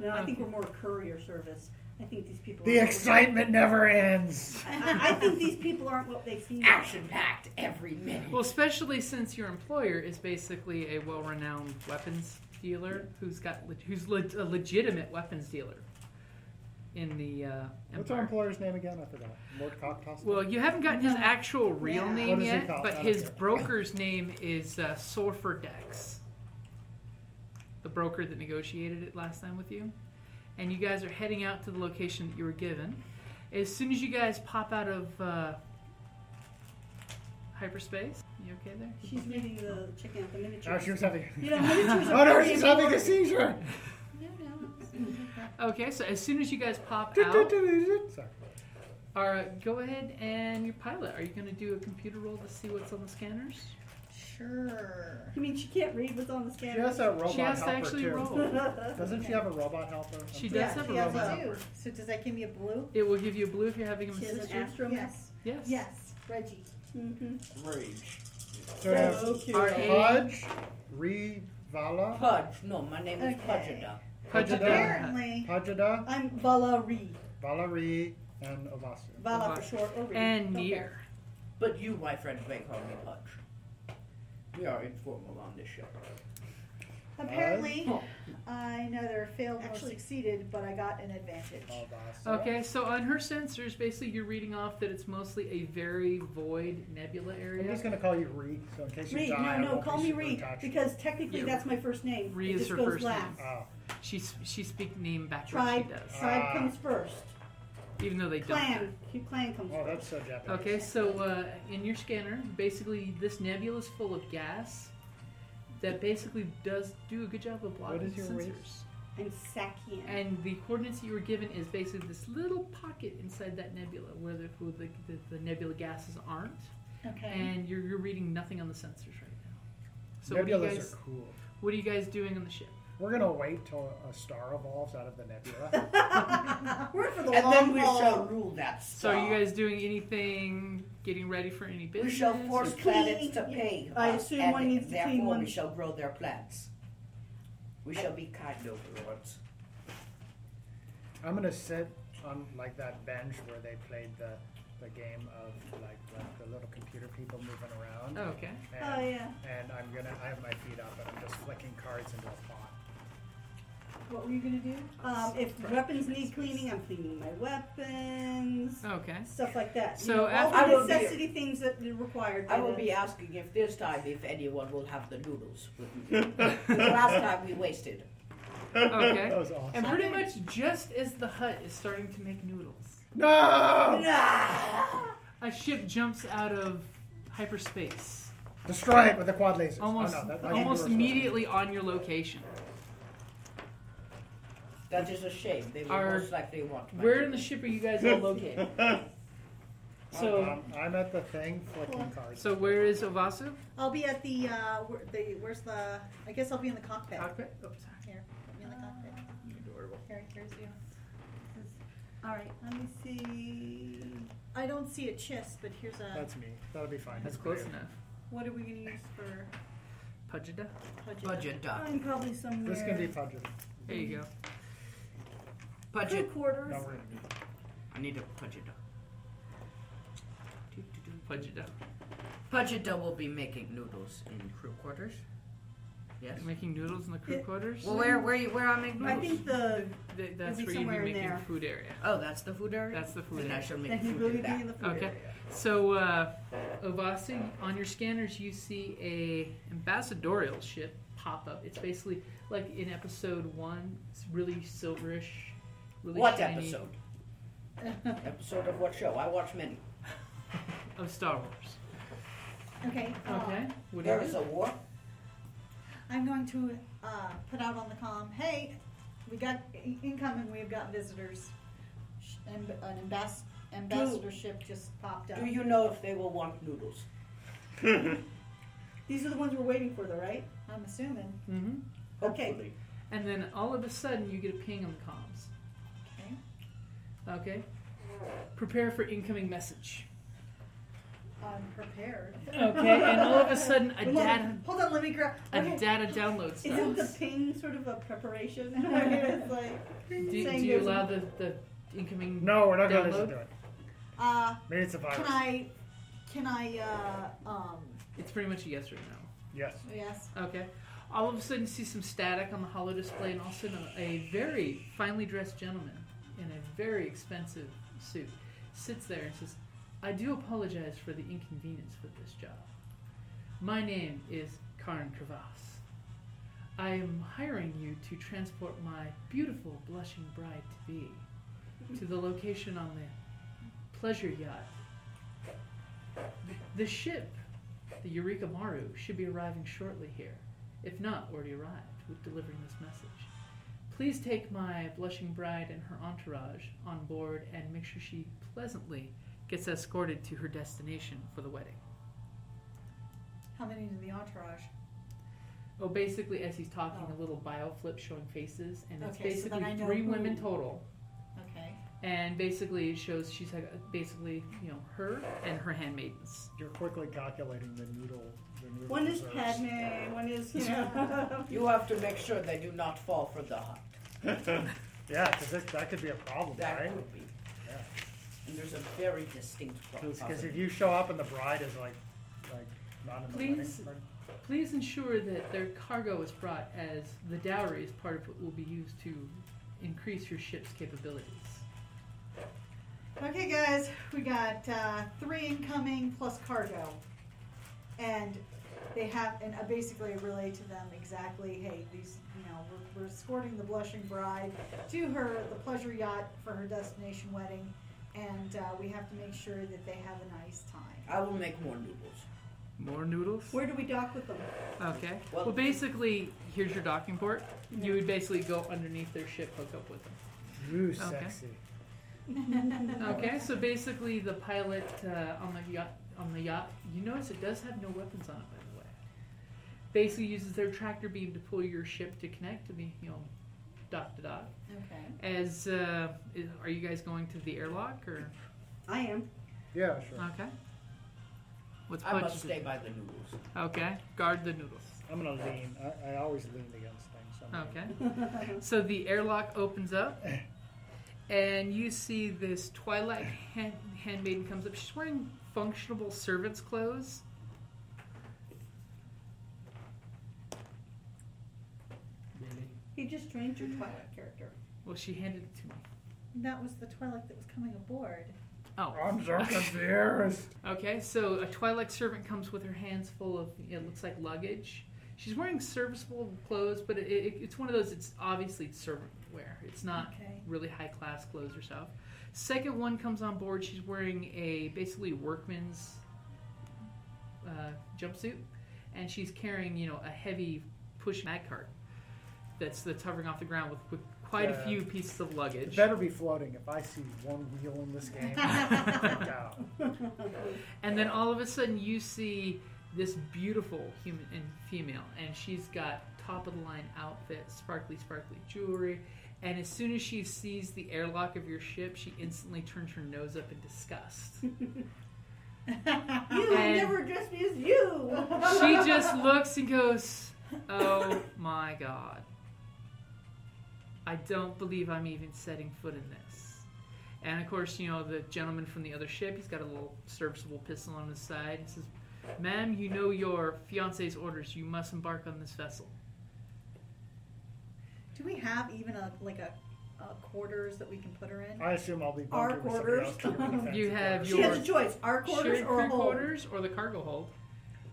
C: No, I think
H: Okay.
C: we're more courier service. I think these people.
D: The
C: are-
D: excitement never ends.
C: I, I think these people aren't what they seem.
E: Action packed every minute.
H: Well, especially since your employer is basically a well-renowned weapons dealer who's got le- who's le- a legitimate weapons dealer in the uh,
D: What's our
H: empire.
D: employer's name again? I forgot. Lord Cocktoss.
H: Well, you haven't gotten his actual real
C: Yeah.
H: name
D: What is he
H: yet,
D: called?
H: but
D: I don't
H: his
D: care.
H: broker's name is uh, Sulfur Dex, the broker that negotiated it last time with you. and you guys are heading out to the location that you were given. As soon as you guys pop out of uh, hyperspace, you okay there?
C: She's moving the chicken out the miniature.
D: Oh, she was having.
C: You know, miniatures
D: Oh
C: are
D: no,
C: very
D: she's having a
C: important.
D: seizure.
F: No, no. it's not like
H: Okay, so as soon as you guys pop out,
D: Sorry.
H: all right, go ahead and your pilot. Are you going to do a computer roll to see what's on the scanners?
F: that. Sure.
C: You mean she can't read what's on the
D: She
C: scanner?
D: has a robot
H: she has to
D: helper
H: actually
D: too.
H: roll.
D: Doesn't she have a robot helper?
H: She
F: yeah,
H: does have
F: she
H: a
F: has
H: robot.
F: a blue. So does that give me a blue?
H: It will give you a blue if you're having him
C: She has
H: assist
C: an
H: you.
C: astronaut.
F: Yes.
H: Yes.
F: Yes. Reggie.
C: Mm-hmm.
G: Rage.
D: So we have
C: So cute.
H: Our aid.
D: Pudge, Rivala,
E: Pudge. No, my name is
F: Okay.
E: Pudgeda.
H: Pudge
F: Apparently,
D: Pajada,
C: I'm Valerie.
D: Valerie, and Ovasu.
C: Vala
H: Valerie.
C: for short. Or Reed.
H: and
C: Don't
H: near.
C: care.
E: But you, my friends, may call me Pudge. We are informal on this show.
F: apparently, I neither failed nor
C: Actually-
F: succeeded, but I got an advantage.
D: Oh, Ovasu.
H: Okay, so on her sensors, basically you're reading off that it's mostly a very void nebula
D: I'm
H: area.
D: just gonna call you Reed, so in case you
C: Reed,
D: die, I
C: no, no,
D: won't
C: call
D: be
C: me
D: super
C: Reed
D: touched.
C: because technically
H: Yeah,
C: that's my first name.
H: Reed
C: it
H: is
C: just
H: her
C: goes
H: first
C: last.
H: name.
D: Oh,
H: She she speak name backwards. She
C: Tribe,
H: does,
D: Ah.
C: tribe comes first.
H: even though they
C: Clan, clan comes
D: oh,
C: first.
D: that's so Japanese.
H: don't. Okay, so uh, in your scanner, basically this nebula is full of gas that basically does do a good job of blocking
D: is your
H: sensors.
D: race?
C: I'm Sakian.
H: And the coordinates you were given is basically this little pocket inside that nebula where the who the, the, the nebula gases aren't,
F: Okay.
H: and you're, you're reading nothing on the sensors right now. So what do you
D: Nebulas
H: guys
D: are cool.
H: what are you guys doing on the ship?
D: We're gonna wait till a star evolves out of the nebula.
C: We're for the
E: And
C: long
E: then we
C: haul.
E: shall rule that
H: So
E: star.
H: are you guys doing anything, getting ready for any
E: We
H: business?
E: shall force
H: or-
E: planets to pay.
C: I
E: us,
C: assume
E: and
C: one needs to clean
E: Therefore,
C: one-
E: we shall grow their plants. We shall be kind overlords.
D: I'm gonna sit on like that bench where they played the the game of like the, the little computer people moving around.
H: Oh, okay.
D: And,
C: Oh, yeah.
D: And I'm gonna I have my feet up and I'm just flicking cards into a pot.
F: What were you gonna do?
C: Um, if weapons need cleaning, I'm cleaning my weapons.
H: Okay.
C: Stuff like that.
H: So
C: You know, all
H: after- I
C: the
E: will be-
C: necessity things that are required.
E: I
C: by
E: will
C: the-
E: be asking if this time if anyone will have the noodles with me. The last time we wasted.
H: Okay.
D: That was awesome.
H: And pretty much just as the hut is starting to make noodles,
D: No!
H: a ship jumps out of hyperspace
D: Destroy it with a quad laser.
H: almost
D: oh, no, that, I can
H: almost
D: do it.
H: immediately on your location.
E: That is a shame. They will
H: Our-
E: most likely want my
H: Where in the
E: noodles.
H: ship are you guys all located? So
D: Um, I'm at the thing flicking cards.
H: so where is Ovasu?
F: I'll be at the uh, where, the where's the? I guess I'll be in the cockpit.
H: Cockpit. Oh, sorry.
F: I'll be in the cockpit.
E: Adorable.
F: Here, here's you.
C: All right, let me see.
F: I don't see a chest, but here's a.
D: That's me. That'll be fine.
H: That's
D: It's great.
H: close enough.
F: What are we gonna use for
H: Pudgeda.
F: budget?
E: Budget duck.
C: I'm probably somewhere.
D: This can be fudged.
H: There you go.
C: two
E: Budget.
C: quarters.
D: No, we're gonna be.
E: I need a budget duck.
H: Pudgeda.
E: Budget duck will be making noodles in crew quarters. Yes.
H: Making noodles in the crew
C: Yeah.
H: quarters.
E: Well, where where you, where I make
C: I
E: noodles?
C: think the
H: Th-
C: It'd
H: that's where
C: be
H: you'd be
C: somewhere in
H: making
C: there.
H: food area.
E: Oh, that's the food area.
H: That's the food
E: Then I
H: area.
E: shall make
C: that he
E: food
C: really
E: in
C: be
E: that.
C: in the food
H: Okay.
C: area.
H: So, uh, Ovasi, on your scanners, you see a ambassadorial ship pop up. It's basically like in episode one. It's really silverish. Really
E: What
H: shiny
E: episode? episode of what show? I watch many.
H: of Star Wars?
F: Okay.
C: Oh.
F: uh,
H: Okay. What do you
E: There is
H: do?
E: a war.
F: I'm going to uh, put out on the comm. Hey, we got in- incoming. We've got visitors. Sh- An an ambas- ambassadorship just popped up.
E: Do you know if they will want noodles?
C: These are the ones we're waiting for, though, right?
F: I'm assuming.
H: Mhm.
C: Okay.
E: Hopefully.
H: And then all of a sudden, you get a ping on the
F: Okay.
H: comms. Okay. Prepare for incoming message.
F: I'm prepared.
H: Okay. And all of a sudden, a
C: Hold on,
H: data
C: Hold on, let me grab.
H: a
C: okay.
H: data download
C: Isn't the
H: starts.
C: ping sort of a preparation? I mean, it's like
H: Do, do
C: saying
H: you
C: there's-
H: allow the, the incoming?
D: No, we're not gonna listen
H: Download?
D: to it.
F: Uh,
D: Maybe it's a
F: can
D: virus.
F: I? Can I? Uh, um,
H: It's pretty much a yes or no.
D: Yes.
F: yes.
H: Okay. All of a sudden, you see some static on the hollow display, and all of a sudden, a, a very finely dressed gentleman in a very expensive suit sits there and says, I do apologize for the inconvenience with this job. My name is Karin Kravas. I am hiring you to transport my beautiful blushing bride to be to the location on the pleasure yacht. The ship, the Eureka Maru, should be arriving shortly here. If not, already arrived with delivering this message. Please take my blushing bride and her entourage on board and make sure she pleasantly gets escorted to her destination for the wedding.
F: How many to the entourage?
H: Oh, basically, as he's talking,
F: Oh.
H: a little bio flip showing faces, and it's
F: Okay, so then
H: basically
F: I know
H: three
F: who-
H: women total.
F: Okay.
H: And basically, it shows she's like basically, you know, her and her handmaidens.
I: You're quickly calculating the noodle. The noodle
C: One is
I: reserves.
C: Padme, one is, you know.
E: You have to make sure they do not fall for the hut.
I: Yeah, because that could be a problem,
E: That
I: right?
E: would be.
I: Yeah.
E: And there's a very distinct
I: Because
E: problem.
I: if you show up and the bride is like, like not in the
H: Please.
I: wedding,
H: Please ensure that their cargo is brought as the dowry is part of what will be used to increase your ship's capabilities.
F: Okay, guys, we got uh, three incoming plus cargo, and they have and I basically relay to them exactly. Hey, these you know we're, we're escorting the blushing bride to her the pleasure yacht for her destination wedding, and uh, we have to make sure that they have a nice time.
E: I will make more noodles.
H: More noodles?
C: Where do we dock with them?
H: Okay.
E: Well-
H: Well, basically, here's your docking port. You would basically go underneath their ship, hook up with them.
D: You
H: Okay.
D: sexy.
H: Okay, so basically, the pilot uh, on the yacht, on the yacht, you notice it does have no weapons on it, by the way. Basically, uses their tractor beam to pull your ship to connect to be, you know, dock to dock.
F: Okay.
H: As uh, is, are you guys going to the airlock or
C: I am.
D: Yeah, sure.
H: okay? What's
E: I must
H: Pudge's-
E: stay by the noodles.
H: Okay, guard the noodles.
I: I'm gonna lean. I, I always lean against things. so I'm gonna-
H: Okay. so the airlock opens up, and you see this Twilight hand, handmaiden comes up. She's wearing functional servant's clothes.
C: He just trained your Twilight character.
H: Well, she handed it to me.
F: That was the Twilight that was coming aboard.
H: Oh.
D: I'm so confused.
H: Okay, so a Twilight servant comes with her hands full of, it looks like luggage. She's wearing serviceable clothes, but it, it, it's one of those, it's obviously servant wear. It's
I: Uh.
H: not
F: Okay.
H: really high class clothes herself. Second one comes on board, she's wearing a basically workman's uh, jumpsuit, and she's carrying, you know, a heavy push mag cart that's, that's hovering off the ground with, with quite
I: Yeah.
H: a few pieces of
I: It
H: luggage.
I: better be floating. If I see one wheel in this game, uh, freak out.
H: And then all of a sudden, you see this beautiful human and female, and she's got top of the line outfit, sparkly, sparkly jewelry. And as soon as she sees the airlock of your ship, she instantly turns her nose up in disgust.
C: You
H: And-
C: never addressed me as you.
H: she just looks and goes, "Oh my god. I don't believe I'm even setting foot in this." And of course, you know, the gentleman from the other ship, he's got a little serviceable pistol on his side and says, "Ma'am, you know your fiance's orders. You must embark on this vessel."
F: Do we have even a like a, a quarters that we can put her in?
I: I assume I'll be
C: Our
I: bunkered with somebody
C: quarters.
I: else to give me fancy
H: You have
I: quarters.
C: she has a
H: your-
C: choice: our quarters
H: Shared
C: or a
H: crew
C: whole.
H: quarters or the cargo hold.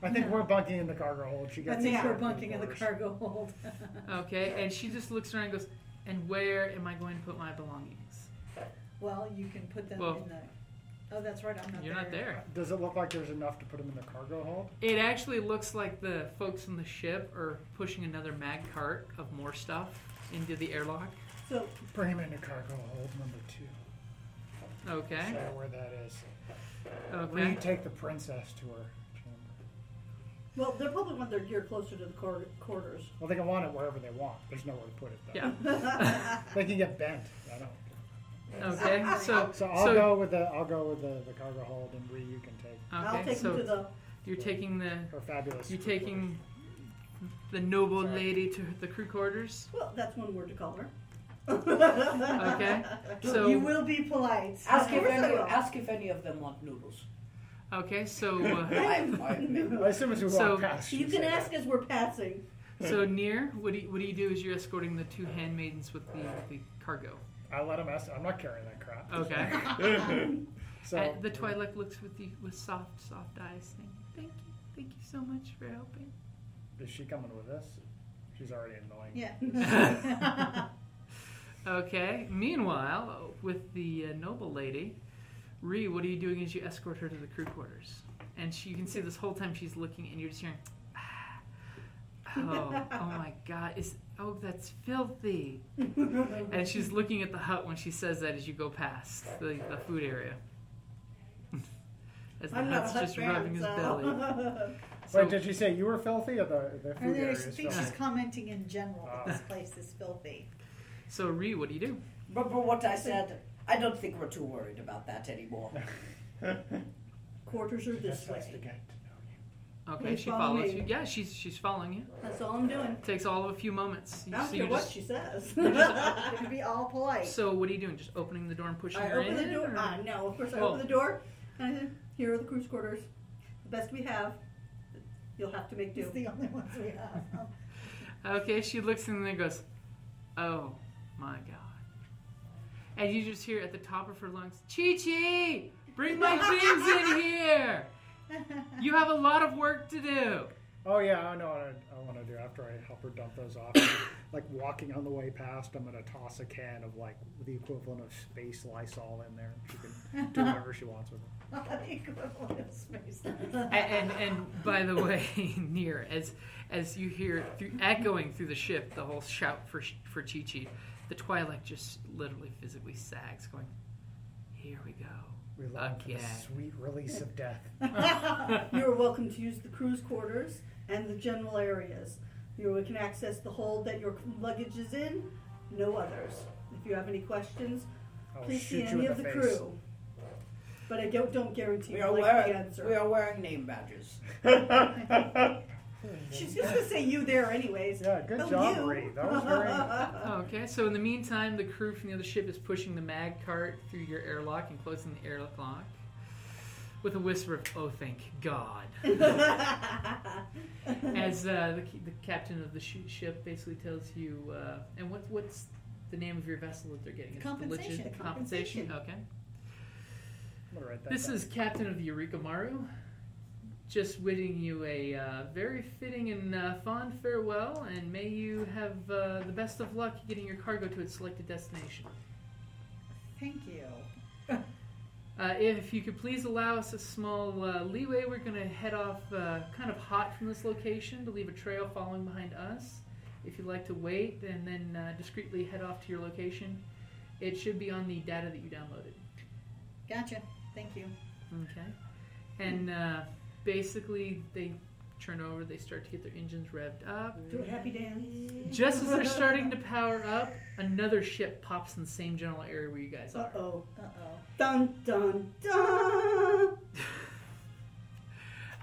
I: I think we're bunking in the cargo hold. She
F: I
I: gets.
F: think
I: the
F: we're
I: cargo
F: bunking in the
I: quarters.
F: cargo hold.
H: Okay, and she just looks around and goes, "And where am I going to put my belongings?"
F: well, you can put them
H: Well-
F: in the. Oh, that's right. I'm not
H: You're
F: there.
H: not there.
I: Does it look like there's enough to put them in the cargo hold?
H: It actually looks like the folks on the ship are pushing another mag cart of more stuff into the airlock.
C: So
I: Bring him into cargo hold number two. Show
H: Okay.
I: her where that is.
H: Okay.
I: Retake the princess to her chamber.
C: Well, they probably want their gear closer to the quar- quarters.
I: Well, they can want it wherever they want. There's nowhere to put it. Though.
H: Yeah.
I: They can get bent. I don't.
H: Okay. So
I: So I'll go with the I'll go with the, the cargo hold, and Bree, you can take
C: I'll
H: okay.
C: take them to
H: So
C: the.
H: you're taking the
I: her fabulous.
H: you're
I: crew
H: taking the noble
I: Sorry.
H: lady to the crew quarters.
C: Well, that's one word to call her. okay.
H: Okay. Uh, So
F: will be polite.
E: Ask if,
C: course I
E: any,
C: will.
E: ask if any of them want noodles.
H: okay. So uh,
E: I, I make
I: quarters. I assume as we walk
H: So-
I: past,
C: You
I: she'd
C: can
I: say
C: ask as we're passing.
H: so near. What do you, what do you do? Is you're escorting the two handmaidens with the, the cargo.
I: that. I let him ask. I'm not carrying that crap.
H: Okay.
I: So
H: Uh, the Twilight looks with you with soft soft eyes, saying, "Thank you, thank you so much for helping."
I: Is she coming with us? She's already annoying.
F: Yeah.
H: Okay. Meanwhile, with the uh, noble lady, Ree, what are you doing as you escort her to the crew quarters? And she, you can see this whole time she's looking, and you're just hearing, "Ah, "Oh, oh my God! Is oh that's filthy!" and she's looking at the hut when she says that as you go past the, the food area. as the
C: I'm not a
H: hut's
C: hut
H: just
C: fan,
H: rubbing his
C: so.
H: belly.
I: Wait, did she say you were filthy or the, the
F: Or
I: food
F: they
I: area
F: I
I: is
F: think
I: filthy?
F: she's commenting in general that
I: Oh.
F: this place is filthy.
H: So Ree, what do you do?
E: Remember what I said? I don't think we're too worried about that anymore.
C: Quarters are this
I: Just to
C: way.
I: get-
H: Okay,
C: You
H: she
C: follow
H: follows
C: me.
H: you. Yeah, she's she's following you.
C: That's all I'm doing.
H: Takes all of a few moments. You
C: I don't
H: see you
C: care what
H: just-
C: she says.
F: They're gonna be all polite.
H: So what are you doing? Just opening the door and pushing
C: I
H: her
C: open
H: in?
C: the door.
H: or- Oh.
C: Ah, no. Of course, I
H: Well-
C: open the door. And I said, here are the cruise quarters. The best we have. You'll have to make do.
F: It's the only ones we have.
H: Okay, she looks in and goes, "Oh my god!" And you just hear at the top of her lungs, "Chi Chi, bring my things in here. You have a lot of work to do."
I: Oh yeah, I know what I, I want to do after I help her dump those off. like walking on the way past, I'm gonna toss a can of like the equivalent of space Lysol in there. She can do whatever she wants with it.
F: The equivalent of space.
H: A- And and, and by the way, near as as you hear through, echoing through the ship the whole shout for Sh- for Chi Chi, the twilight just literally physically sags, going, "Here we go."
I: We long for the
H: Again.
I: sweet release of death.
C: You are welcome to use the cruise quarters and the general areas. You can access the hold that your luggage is in, no others. If you have any questions,
I: I'll
C: please see
I: shoot you
C: any
I: in
C: of
I: the
C: the
I: face.
C: crew. But I don't, don't guarantee
E: We
C: you
E: are
C: like the
E: wearing we
C: answer.
E: are wearing name badges.
C: She's just gonna say you there anyways.
I: Yeah, good
C: Oh,
I: job,
C: you.
I: Marie. That was very.
H: Oh, Okay, so in the meantime, the crew from the other ship is pushing the mag cart through your airlock and closing the airlock lock with a whisper of, oh, thank God. As uh, the, the captain of the sh- ship basically tells you, uh, and what, what's the name of your vessel that they're getting? It's the
F: Compensation.
H: legit- Compensation,
F: Compensation.
H: okay.
I: I'm gonna write that
H: This
I: down.
H: is Captain of the Eureka Maru, just wishing you a uh, very fitting and uh, fond farewell, and may you have uh, the best of luck getting your cargo to its selected destination.
F: Thank you.
H: Uh, if you could please allow us a small uh, leeway, we're going to head off uh, kind of hot from this location to leave a trail following behind us. If you'd like to wait and then uh, discreetly head off to your location, it should be on the data that you downloaded.
F: Gotcha. Thank you.
H: Okay. And uh, basically, they turn over, they start to get their engines revved up.
C: Do a happy dance.
H: Just as they're starting to power up, another ship pops in the same general area where you guys
C: Uh
H: are.
C: oh.
F: Uh oh.
C: Dun dun dun.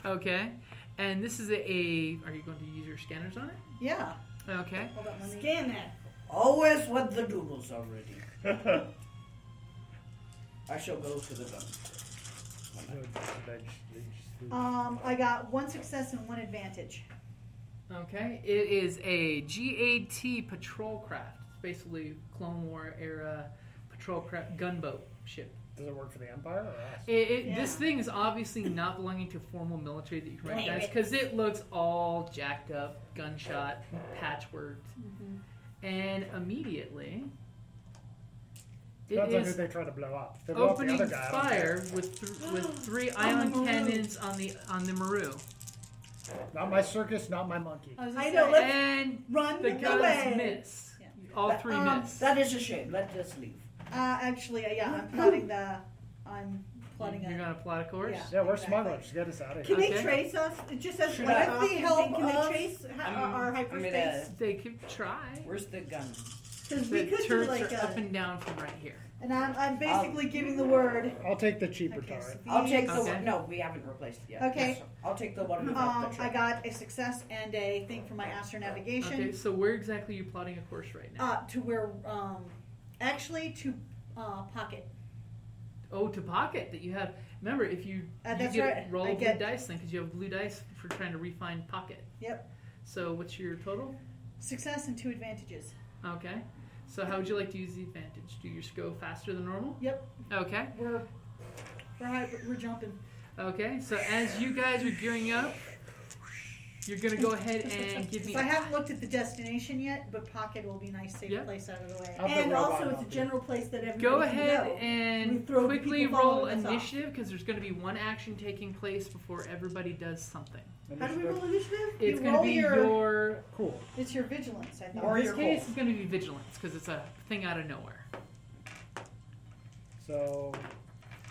H: Okay. And this is a. Are you going to use your scanners on it?
F: Yeah.
H: Okay.
F: Hold on. Let me.
C: Scan that.
E: Always when the noodles are ready. I shall go to the gun.
I: Good veg- veg-
F: Um, I got one success and one advantage.
H: Okay, it is a GAT patrol craft. It's basically Clone War era patrol craft gunboat ship.
I: Does it work for the Empire or us?
H: It, it,
F: Yeah.
H: This thing is obviously not belonging to formal military that you can
F: Damn
H: recognize
F: it.
H: because it looks all jacked up, gunshot, patchworked,
F: Mm-hmm.
H: and immediately it
I: Depends on who
H: is
I: they try to blow up. If they blow up the
H: opening
I: other guy, I don't care.
H: fire with th- with three ion
C: Maru.
H: cannons on the on the Maru,
I: Not my circus, not my monkey.
F: I, was
C: I
F: gonna
C: know,
F: say-
C: Let's
H: and
C: Run
H: the guns
C: away.
H: miss.
F: Yeah.
H: All three
E: Um,
H: miss.
E: That is a shame. Let us leave.
F: Uh, actually, uh, yeah, I'm plotting the. I'm plotting
H: You're
F: a.
H: gonna plot a course.
F: Yeah.
I: Yeah, we're
F: Exactly.
I: smugglers. Get us out of
C: Can
I: here.
H: Okay.
C: they trace us? It just says
E: Should
C: what
E: I-
C: up.
F: With the help
C: Can they
F: of-
C: trace ha-
E: Um,
C: our
E: I mean,
C: hyperspace?
H: They could try.
E: Where's the gun?
C: Because we
H: The
C: could do
H: turrets
C: like
H: are
C: a.
H: up and down from right here.
F: And I'm, I'm basically giving the word.
I: I'll take the cheaper
F: Okay,
I: turret.
E: I'll take the
H: Okay.
E: one. No, we haven't replaced it yet.
F: Okay.
E: Yes, I'll take the one without
F: Um,
E: the
F: I
E: trigger.
F: got a success and a thing for my astronavigation.
H: Okay, so where exactly are you plotting a course right now?
F: Uh, to where, um, actually to uh, pocket.
H: oh, to pocket that you have. Remember, if you,
F: Uh,
H: you
F: that's
H: get
F: right,
H: roll
F: I
H: blue
F: get-
H: dice then because you have blue dice for trying to refine pocket.
F: Yep.
H: So what's your total?
F: Success and two advantages.
H: Okay. So how would you like to use the advantage? Do yours go faster than normal?
F: Yep.
H: Okay.
F: We're we're, hyper, we're jumping.
H: Okay. So as you guys are gearing up, You're gonna go ahead and give me.
F: So I haven't looked at the destination yet, but Pocket will be a nice, safe
H: Yeah.
F: place out of the way.
D: I'll put
C: And
D: Rob
C: also,
D: on
C: it's a
D: up.
C: general place that everybody
H: Go
C: can
H: ahead
C: go.
H: and
C: We throw
H: quickly
C: people
H: roll
C: following us off.
H: initiative because there's going to be one action taking place before everybody does something.
C: How do we roll initiative?
F: You
H: It's going to
F: roll
H: be
F: your-
H: your.
I: Cool.
F: It's your vigilance, I thought.
I: Or
H: In this
I: your
H: case,
I: goal.
H: it's going to be vigilance because it's a thing out of nowhere.
I: So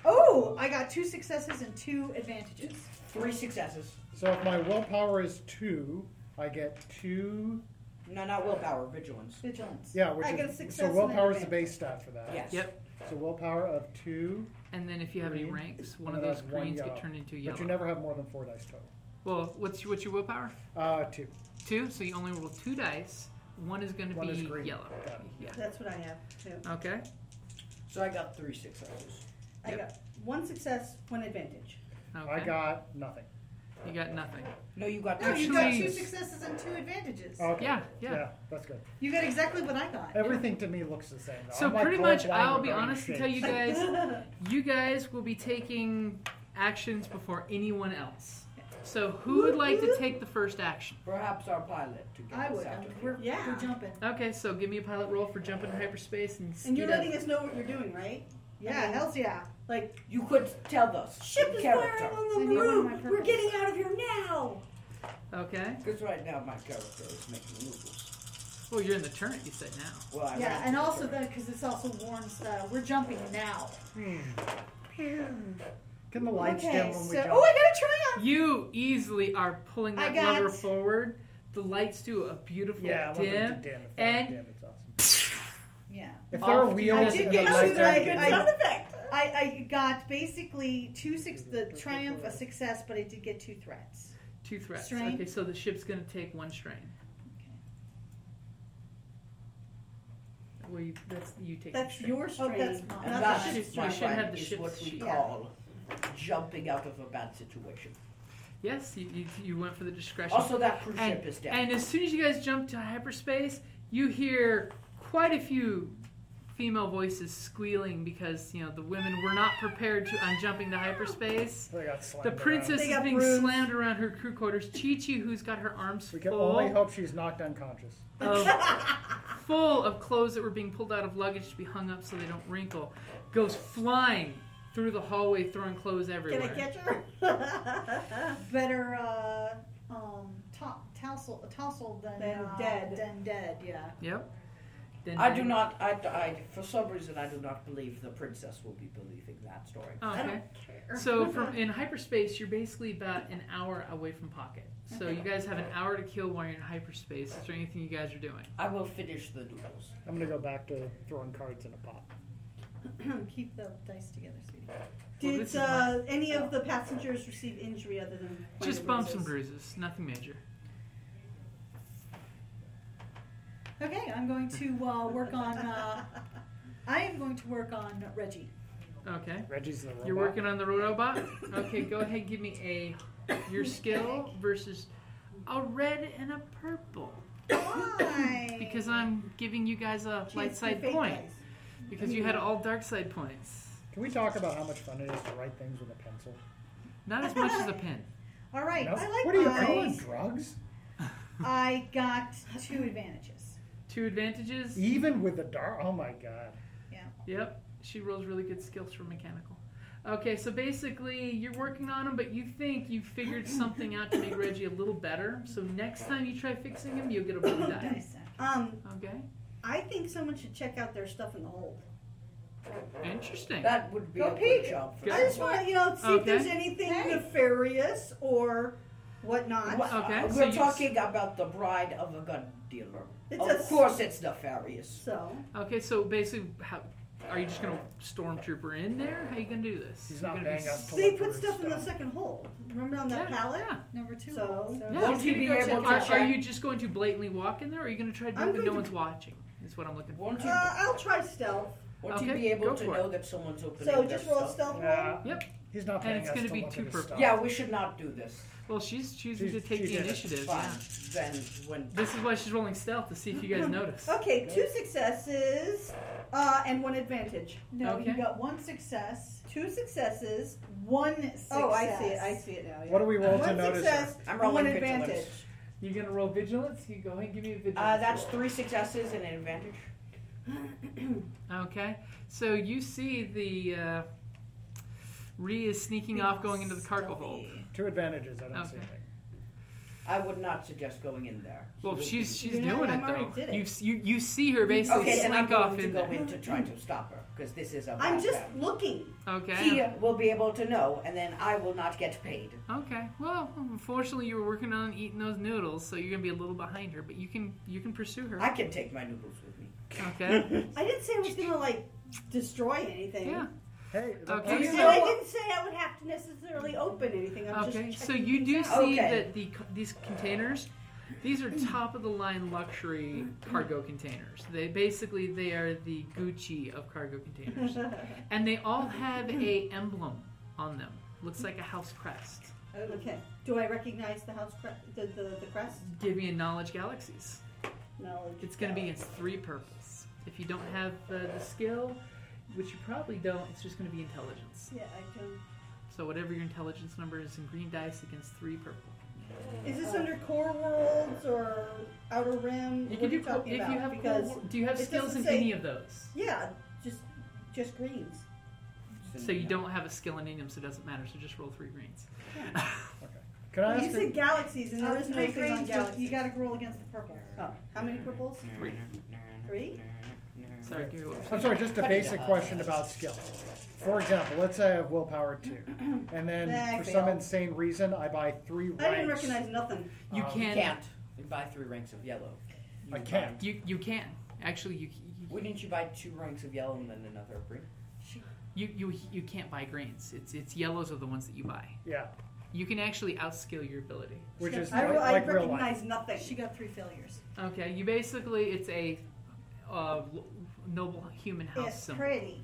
F: Oh, I got two successes and two advantages.
E: Three successes.
I: so if my willpower is two, I get two.
E: No, not willpower, vigilance.
F: Vigilance.
I: Yeah, which
F: I
I: is
F: get a
I: so
F: success and an
I: willpower is the
F: advantage.
I: base stat for that.
E: Yes.
H: Yep.
I: So willpower of two,
H: And then if you have any
I: Green.
H: ranks, one of
I: And
H: those
I: that's one
H: greens get
I: yellow.
H: turned into yellow.
I: but you never have more than four dice total.
H: Well, what's your, what's your willpower?
I: Uh, two.
H: Two. So you only roll two dice. One is going to
I: One
H: be
I: is green.
H: yellow.
I: Got it.
H: Yeah.
C: That's what I have too.
H: Okay.
E: So I got three successes.
C: I
H: Yep.
C: got one success, one advantage.
H: Okay.
I: I got nothing.
H: You got nothing.
E: No, you got
F: No,
E: two.
F: Oh, you got
H: Actually-
F: two successes and two advantages.
I: Okay.
H: Yeah, yeah.
I: that's good.
F: You got exactly what I got.
I: uh, Everything to me looks the same. Though.
H: So
I: I'm, like,
H: pretty much,
I: colorblind
H: I'll be
I: regarding
H: honest and tell you
I: shapes.
H: guys, you guys will be taking actions before anyone else. So who would like to take the first action?
E: Perhaps our pilot to get
F: I
E: us
F: would.
E: out
F: I'm,
E: of
F: we're,
E: here.
C: Yeah.
F: we're jumping.
H: Okay, so give me a pilot roll for jumping to hyperspace and.
C: And you're
H: skeet up.
C: letting us know what you're doing, right?
F: Yeah, hell's yeah.
C: Like
E: You could tell us.
C: ship is
E: character.
C: firing
F: I
C: on the
F: need one of my
C: roof. We're
F: purples.
C: getting out of here now.
H: Okay.
E: Because right now my character is making noodles.
H: Well, you're in the turret. You said now.
E: Well, I ran
F: Yeah, and
E: to the
F: also
E: turret.
F: that because this also warns uh, we're jumping now.
I: Can the lights dim when
F: Okay,
I: we
F: so
I: jump?
F: oh, I got a try on.
H: You easily are pulling
F: I
H: that
F: got-
H: lever forward. The lights do a beautiful
I: yeah, I want them to
H: dim.
I: dim. If they're
H: and-
I: dim, it's awesome.
F: Yeah,
I: If there are
H: Off to
I: wheels
F: I did
I: and
F: get
I: the
F: you
I: lights
F: there.
I: are
F: I-
I: dim,
F: I-
C: Sound effect.
F: I, I got basically two six the triumph a success, but I did get two threats.
H: Two threats.
F: Strain.
H: Okay, so the ship's going to take one strain. Well, you, that's you take. the
C: That's
H: strain.
C: your
F: Oh,
C: strain.
F: that's mine.
E: And
F: Not
E: that,
F: the
H: ship-
E: my
H: you should
E: friend,
H: have the
E: is
H: ship
E: what we
H: sheet.
E: call jumping out of a bad situation.
H: Yes, you, you, you went for the discretion.
E: Also, that cruise
H: and,
E: ship is dead.
H: and as soon as you guys jump to hyperspace, you hear quite a few female voices squealing because you know the women were not prepared to on jumping to hyperspace.
I: they got slammed
H: The
I: around.
H: princess
C: They
H: is
C: got
H: being
C: brooms.
H: slammed around her crew quarters. Chi Chi, who's got her arms
I: We can
H: full
I: only hope she's knocked unconscious.
H: of full of clothes that were being pulled out of luggage to be hung up so they don't wrinkle, goes flying through the hallway, throwing clothes everywhere.
C: Can I catch her?
F: Better uh, um, to- tousle, tousle than
C: Than
F: uh,
C: dead.
F: Than dead. Yeah.
H: Yep. Then
E: I
H: they-
E: do not. I, I for some reason I do not believe the princess will be believing that story.
H: Oh,
C: I
H: okay.
C: don't care.
H: So from in hyperspace, you're basically about an hour away from pocket. So you guys have an hour to kill while you're in hyperspace. Is there anything you guys are doing?
E: I will finish the noodles.
I: I'm gonna go back to throwing cards in a pot.
F: Keep the dice together, sweetie.
H: this
C: Did
H: is
C: uh, any of the passengers receive injury other than minor
H: Just bumps and
C: bruises?
H: bruises, nothing major.
F: Okay, I'm going to uh, work on. Uh, I am going to work on Reggie.
H: Okay.
I: Reggie's the robot.
H: You're working on the robot. Okay, go ahead. Give me a your skill versus a red and a purple
F: Why?
H: because I'm giving you guys a light side point because you had all dark side points.
I: Can we talk about how much fun it is to write things with a pencil?
H: Not as much as a pen.
F: All right,
I: No?
F: I like
I: what are you
F: my-
I: doing? Drugs?
F: I got two advantages.
H: Two advantages.
I: Even with the dark? Oh my god.
H: Yep, she rolls really good skills for mechanical. Okay, so basically, you're working on him, but you think you figured something out to make Reggie a little better. So next time you try fixing him, you'll get a blue die.
F: Nice.
C: Um,
H: Okay,
C: I think someone should check out their stuff in the hold.
H: interesting.
E: That would be
F: Go
E: a
F: peek.
E: good job. For
H: Go.
C: I just want to, you know, see if there's
H: Okay.
C: anything
F: Hey.
C: nefarious or whatnot.
E: Well, uh,
H: Okay, so
E: we're
H: you-
E: talking about the bride of a gun dealer.
C: It's
E: of
C: a-
E: course, it's nefarious.
C: So,
H: Okay, so basically, how are you just gonna stormtrooper in there? How you gonna do this?
I: He's
H: You
I: not
H: gonna
I: paying us.
H: s-
I: to
C: they
I: look
C: put
I: for
C: stuff in the second hold. Remember on that
H: Yeah,
C: pallet?
H: yeah.
F: Number two.
C: So-
H: No,
E: Won't
H: it's
E: you
H: gonna
E: be
H: go
E: able
H: to-
E: to
H: are,
E: check-
H: are you just going to blatantly walk in there, or are you gonna try to do
C: I'm
H: it when
C: going
H: no
C: to-
H: one's watching? Is what I'm looking for.
E: Won't you,
C: Uh, I'll try stealth.
E: won't you
H: okay,
E: be
H: go
E: able to
H: for it.
E: know that someone's opening
C: So
E: their
C: just roll a
E: stuff?
C: stealth roll.
I: Nah,
H: Yep.
I: He's not
H: And
I: paying
H: it's
I: us
H: gonna
I: to
H: be
I: look
H: two
I: at his
H: purple.
I: stuff.
E: Yeah, we should not do this.
H: Well, she's choosing
I: She's-
H: to take
I: she
H: the
I: did it.
H: initiative.
E: Fine.
H: yeah.
E: Then when
H: This is why she's rolling stealth to see if you guys notice.
C: Okay, two successes uh, and one advantage.
F: No,
H: Okay.
F: you got one success
C: Two successes.
F: One success.
C: Oh, I see it. I see it now. yeah.
D: What do we roll to
C: One
D: notice
C: Success,
D: her?
E: I'm
C: and one
E: rolling vigilance.
C: advantage.
J: You're gonna roll vigilance. You go ahead and give me a vigilance.
E: Uh, that's
J: roll.
E: three successes and an advantage.
H: Okay, so you see the uh, Ree is sneaking off, going into the cargo hold.
D: Two advantages. I don't see
H: Okay.
D: anything.
E: I would not suggest going in there.
H: Well, she's she's
C: Yeah,
H: doing
C: I'm
H: it
C: already
H: though.
C: did it.
H: You s- you you see her basically
E: Okay, then I'm
H: slink off
E: going to
H: in
E: go
H: there.
E: in to try to stop her because this is a.
C: I'm
E: bad
C: just
E: guy.
C: looking.
H: Okay.
E: Kia will be able to know, and then I will not get paid.
H: Okay. Well, unfortunately, you were working on eating those noodles, so you're gonna be a little behind her. But you can you can pursue her.
E: I can take my noodles with me.
H: Okay.
C: I didn't say I was gonna like destroy anything.
H: yeah.
D: Hey, that's
H: Okay.
C: So
H: So-
C: I didn't say I would have to necessarily open anything. I'm
H: Okay.
C: just
H: So
C: checking
H: you do
C: things out.
H: see
E: Okay.
H: that the co- these containers, these are top of the line luxury cargo containers. They basically they are the Gucci of cargo containers, and they all have a emblem on them. Looks like a house crest.
C: Okay. Do I recognize the house crest? The, the, the crest?
H: Give me a knowledge galaxies.
C: Knowledge.
H: It's going to be against three purples. If you don't have uh, the skill, which you probably don't, it's just going to be intelligence.
C: Yeah, I can.
H: So whatever your intelligence number is in green dice against three purple.
C: Is this under Core Worlds or Outer Rim?
H: You
C: What
H: can
C: are
H: do
C: talking
H: purple if you
C: about?
H: have.
C: because
H: purple- do you have
C: it
H: skills
C: doesn't
H: in
C: say-
H: any of those?
C: yeah, just just greens.
H: So you don't have a skill in any of them, so it doesn't matter. So just roll three greens.
D: Can I
C: you
D: ask?
C: said
D: A,
C: galaxies, and there
F: Uh,
C: is no
F: three
C: thing on
F: greens, just- you
C: galaxies.
F: gotta roll against the purple.
C: Oh, how many purples?
H: Three.
C: Three?
H: Sorry, Gary, what was
D: I'm sorry, just a basic question about skill. For example, let's say I have willpower two, and
C: Nah, I
D: then for some
C: fail.
D: insane reason I buy three ranks.
C: I didn't recognize nothing.
H: You
D: Um,
H: can.
E: Can't. You buy three ranks of yellow. You
D: I
E: buy-
D: can't.
H: You you can actually you you,
E: Wouldn't you buy two ranks of yellow and then another of green?
H: you you you can't buy greens. It's it's yellows are the ones that you buy.
D: Yeah,
H: You can actually outskill your ability.
D: which is
C: I,
D: like,
C: I
D: like real life.
C: recognize nothing.
F: She got three failures.
H: Okay, you basically it's a uh, noble human house
F: It's
H: symbol.
F: pretty.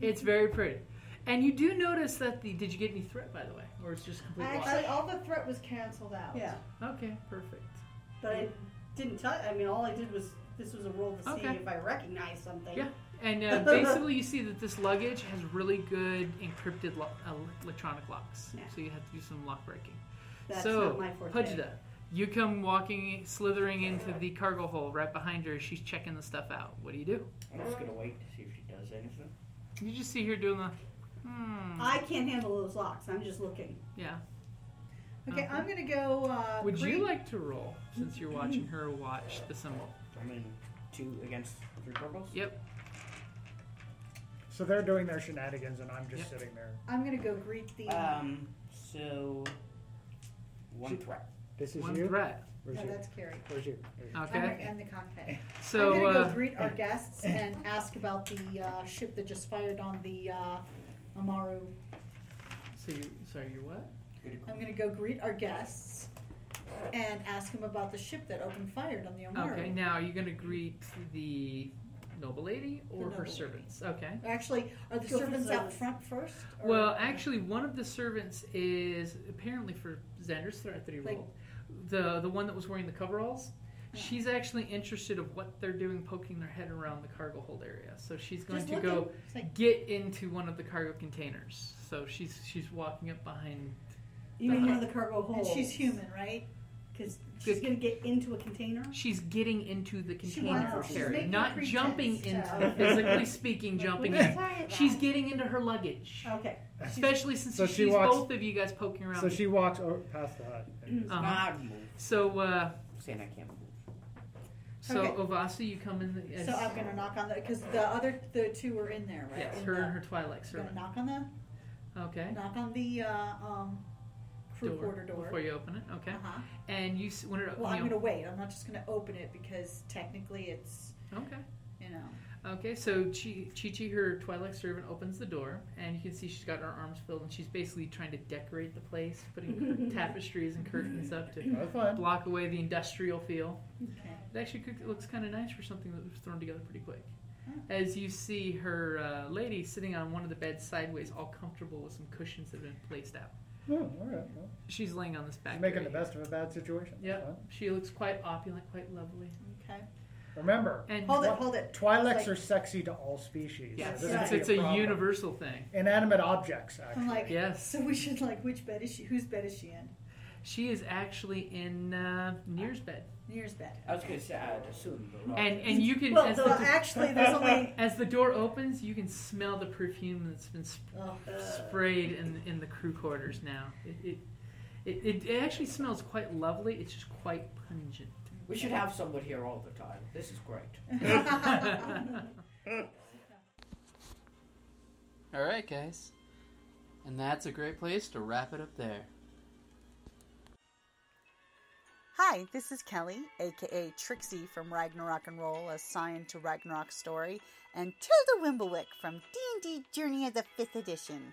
H: It's very pretty. And you do notice that the did you get any threat by the way, or it's just complete loss?
F: Actually, all the threat was canceled out.
C: yeah,
H: Okay, perfect.
C: but I didn't touch. I mean, all I did was this was a roll to see
H: Okay.
C: if I recognized something.
H: Yeah. And uh, basically, you see that this luggage has really good encrypted lo- uh, electronic locks,
C: Yeah.
H: so you have to do some lock breaking.
C: That's
H: so,
C: not my forte.
H: Pajda, you come walking, slithering into the cargo hold right behind her. She's checking the stuff out. What do you do?
E: I'm just gonna wait to see if she does anything.
H: You just see her doing the, hmm,
C: I can't handle those locks. I'm just looking.
H: yeah.
F: Okay,
H: Uh-huh.
F: I'm gonna go. Uh,
H: Would
F: green.
H: you like to roll since you're watching her watch the symbol?
E: I'm in two against three purples.
H: Yep.
D: So they're doing their shenanigans, and I'm just
H: Yep.
D: sitting there.
F: I'm gonna go greet the.
E: Um. So one threat.
D: This is
H: One
D: you.
H: threat.
D: Where's
F: no,
D: you?
F: that's Carrie.
D: Where's you? Where's you?
F: I'm
H: Okay.
F: gonna- and the cockpit. I'm
H: So
F: gonna
H: uh,
F: go greet our guests and ask about the uh, ship that just fired on the uh, Amaru.
H: So you, sorry, you're what? Um,
F: I'm gonna go greet our guests and ask them about the ship that opened fired on the Amaru.
H: Okay, now are you going to greet the noble lady or
F: noble
H: her
F: lady.
H: servants? Okay.
F: Actually, are the
C: Go for
F: servants out
C: service.
F: front first? or-
H: Well, actually, one of the servants is apparently for Xander's threat that he
F: Like- Oh.
H: rolled. The the one that was wearing the coveralls. She's actually interested of what they're doing, poking their head around the cargo hold area. So she's going
F: Just
H: to
F: looking.
H: go
F: It's like-
H: get into one of the cargo containers. So she's she's walking up behind.
C: You mean one of the cargo
F: and
C: holes?
F: she's human, right?
C: Because she's
H: Good.
C: going to get into a container?
H: She's getting into the
F: She
H: container,
F: wants- she's
H: Terry.
F: making
H: Not
F: pretense
H: jumping
F: to-
H: into, physically speaking, jumping in. She's getting into her luggage.
C: Okay.
H: Especially since
D: So
H: she's
D: she walks-
H: both of you guys poking around.
D: So she walks over past the hut. and-
H: Uh-huh.
E: Not move.
H: So, uh,
E: Saying I can't move.
H: so
F: Okay.
H: Ovasi, you come in. The, as,
F: So I'm gonna knock on the because the other the two were in there, right?
H: yes,
F: In
H: her
F: the-
H: and her Twilight
F: I'm gonna
H: servant.
F: knock on the
H: Okay.
F: knock on the uh, um, crew quarter door.
H: Before you open it. Okay.
F: Uh-huh.
H: And you s- when it
F: Well, I'm
H: you
F: going to wait. I'm not just going to open it because technically it's,
H: okay.
F: you know.
H: Okay. So Chi Chi, her Twilight servant, opens the door, and you can see she's got her arms filled, and she's basically trying to decorate the place, putting tapestries and curtains up to
D: That's fine.
H: block away the industrial feel.
F: Okay.
H: It actually cook- it looks kind of nice for something that was thrown together pretty quick.
F: Oh.
H: As you see her uh, lady sitting on one of the beds sideways, all comfortable with some cushions that have been placed out.
D: Oh, all right. Well,
H: She's laying on this
D: she's
H: back.
D: making the
H: area.
D: best of a bad situation. That's
H: Yep.
D: fine.
H: She looks quite opulent, quite lovely.
F: Okay.
D: Remember,
H: And-
K: Hold it, hold it.
D: Twi'leks
K: Like-
D: are sexy to all species.
H: Yes,
D: This would
H: it's,
D: be
H: it's a
D: problem.
H: universal thing.
D: Inanimate objects, actually.
K: I'm like,
H: Yes.
K: so we should like, which bed is she? Whose bed is she in?
H: She is actually in uh, Nier's bed,
K: Near's bed.
E: I was gonna say I'd assume. but-
H: and and you can
K: Well,
H: as,
K: though,
H: the,
K: actually, there's only.
H: as the door opens, you can smell the perfume that's been sp-
K: Oh,
H: sprayed in in the crew quarters now. It it, it it actually smells quite lovely. It's just quite pungent.
E: We should have someone here all the time. This is great.
L: All right, guys. And that's a great place to wrap it up there.
F: Hi, this is Kelly, aka Trixie from Ragnarok and Roll, assigned to Ragnarok Story, and Tilda Wimblewick from D&D Journey of the 5th Edition.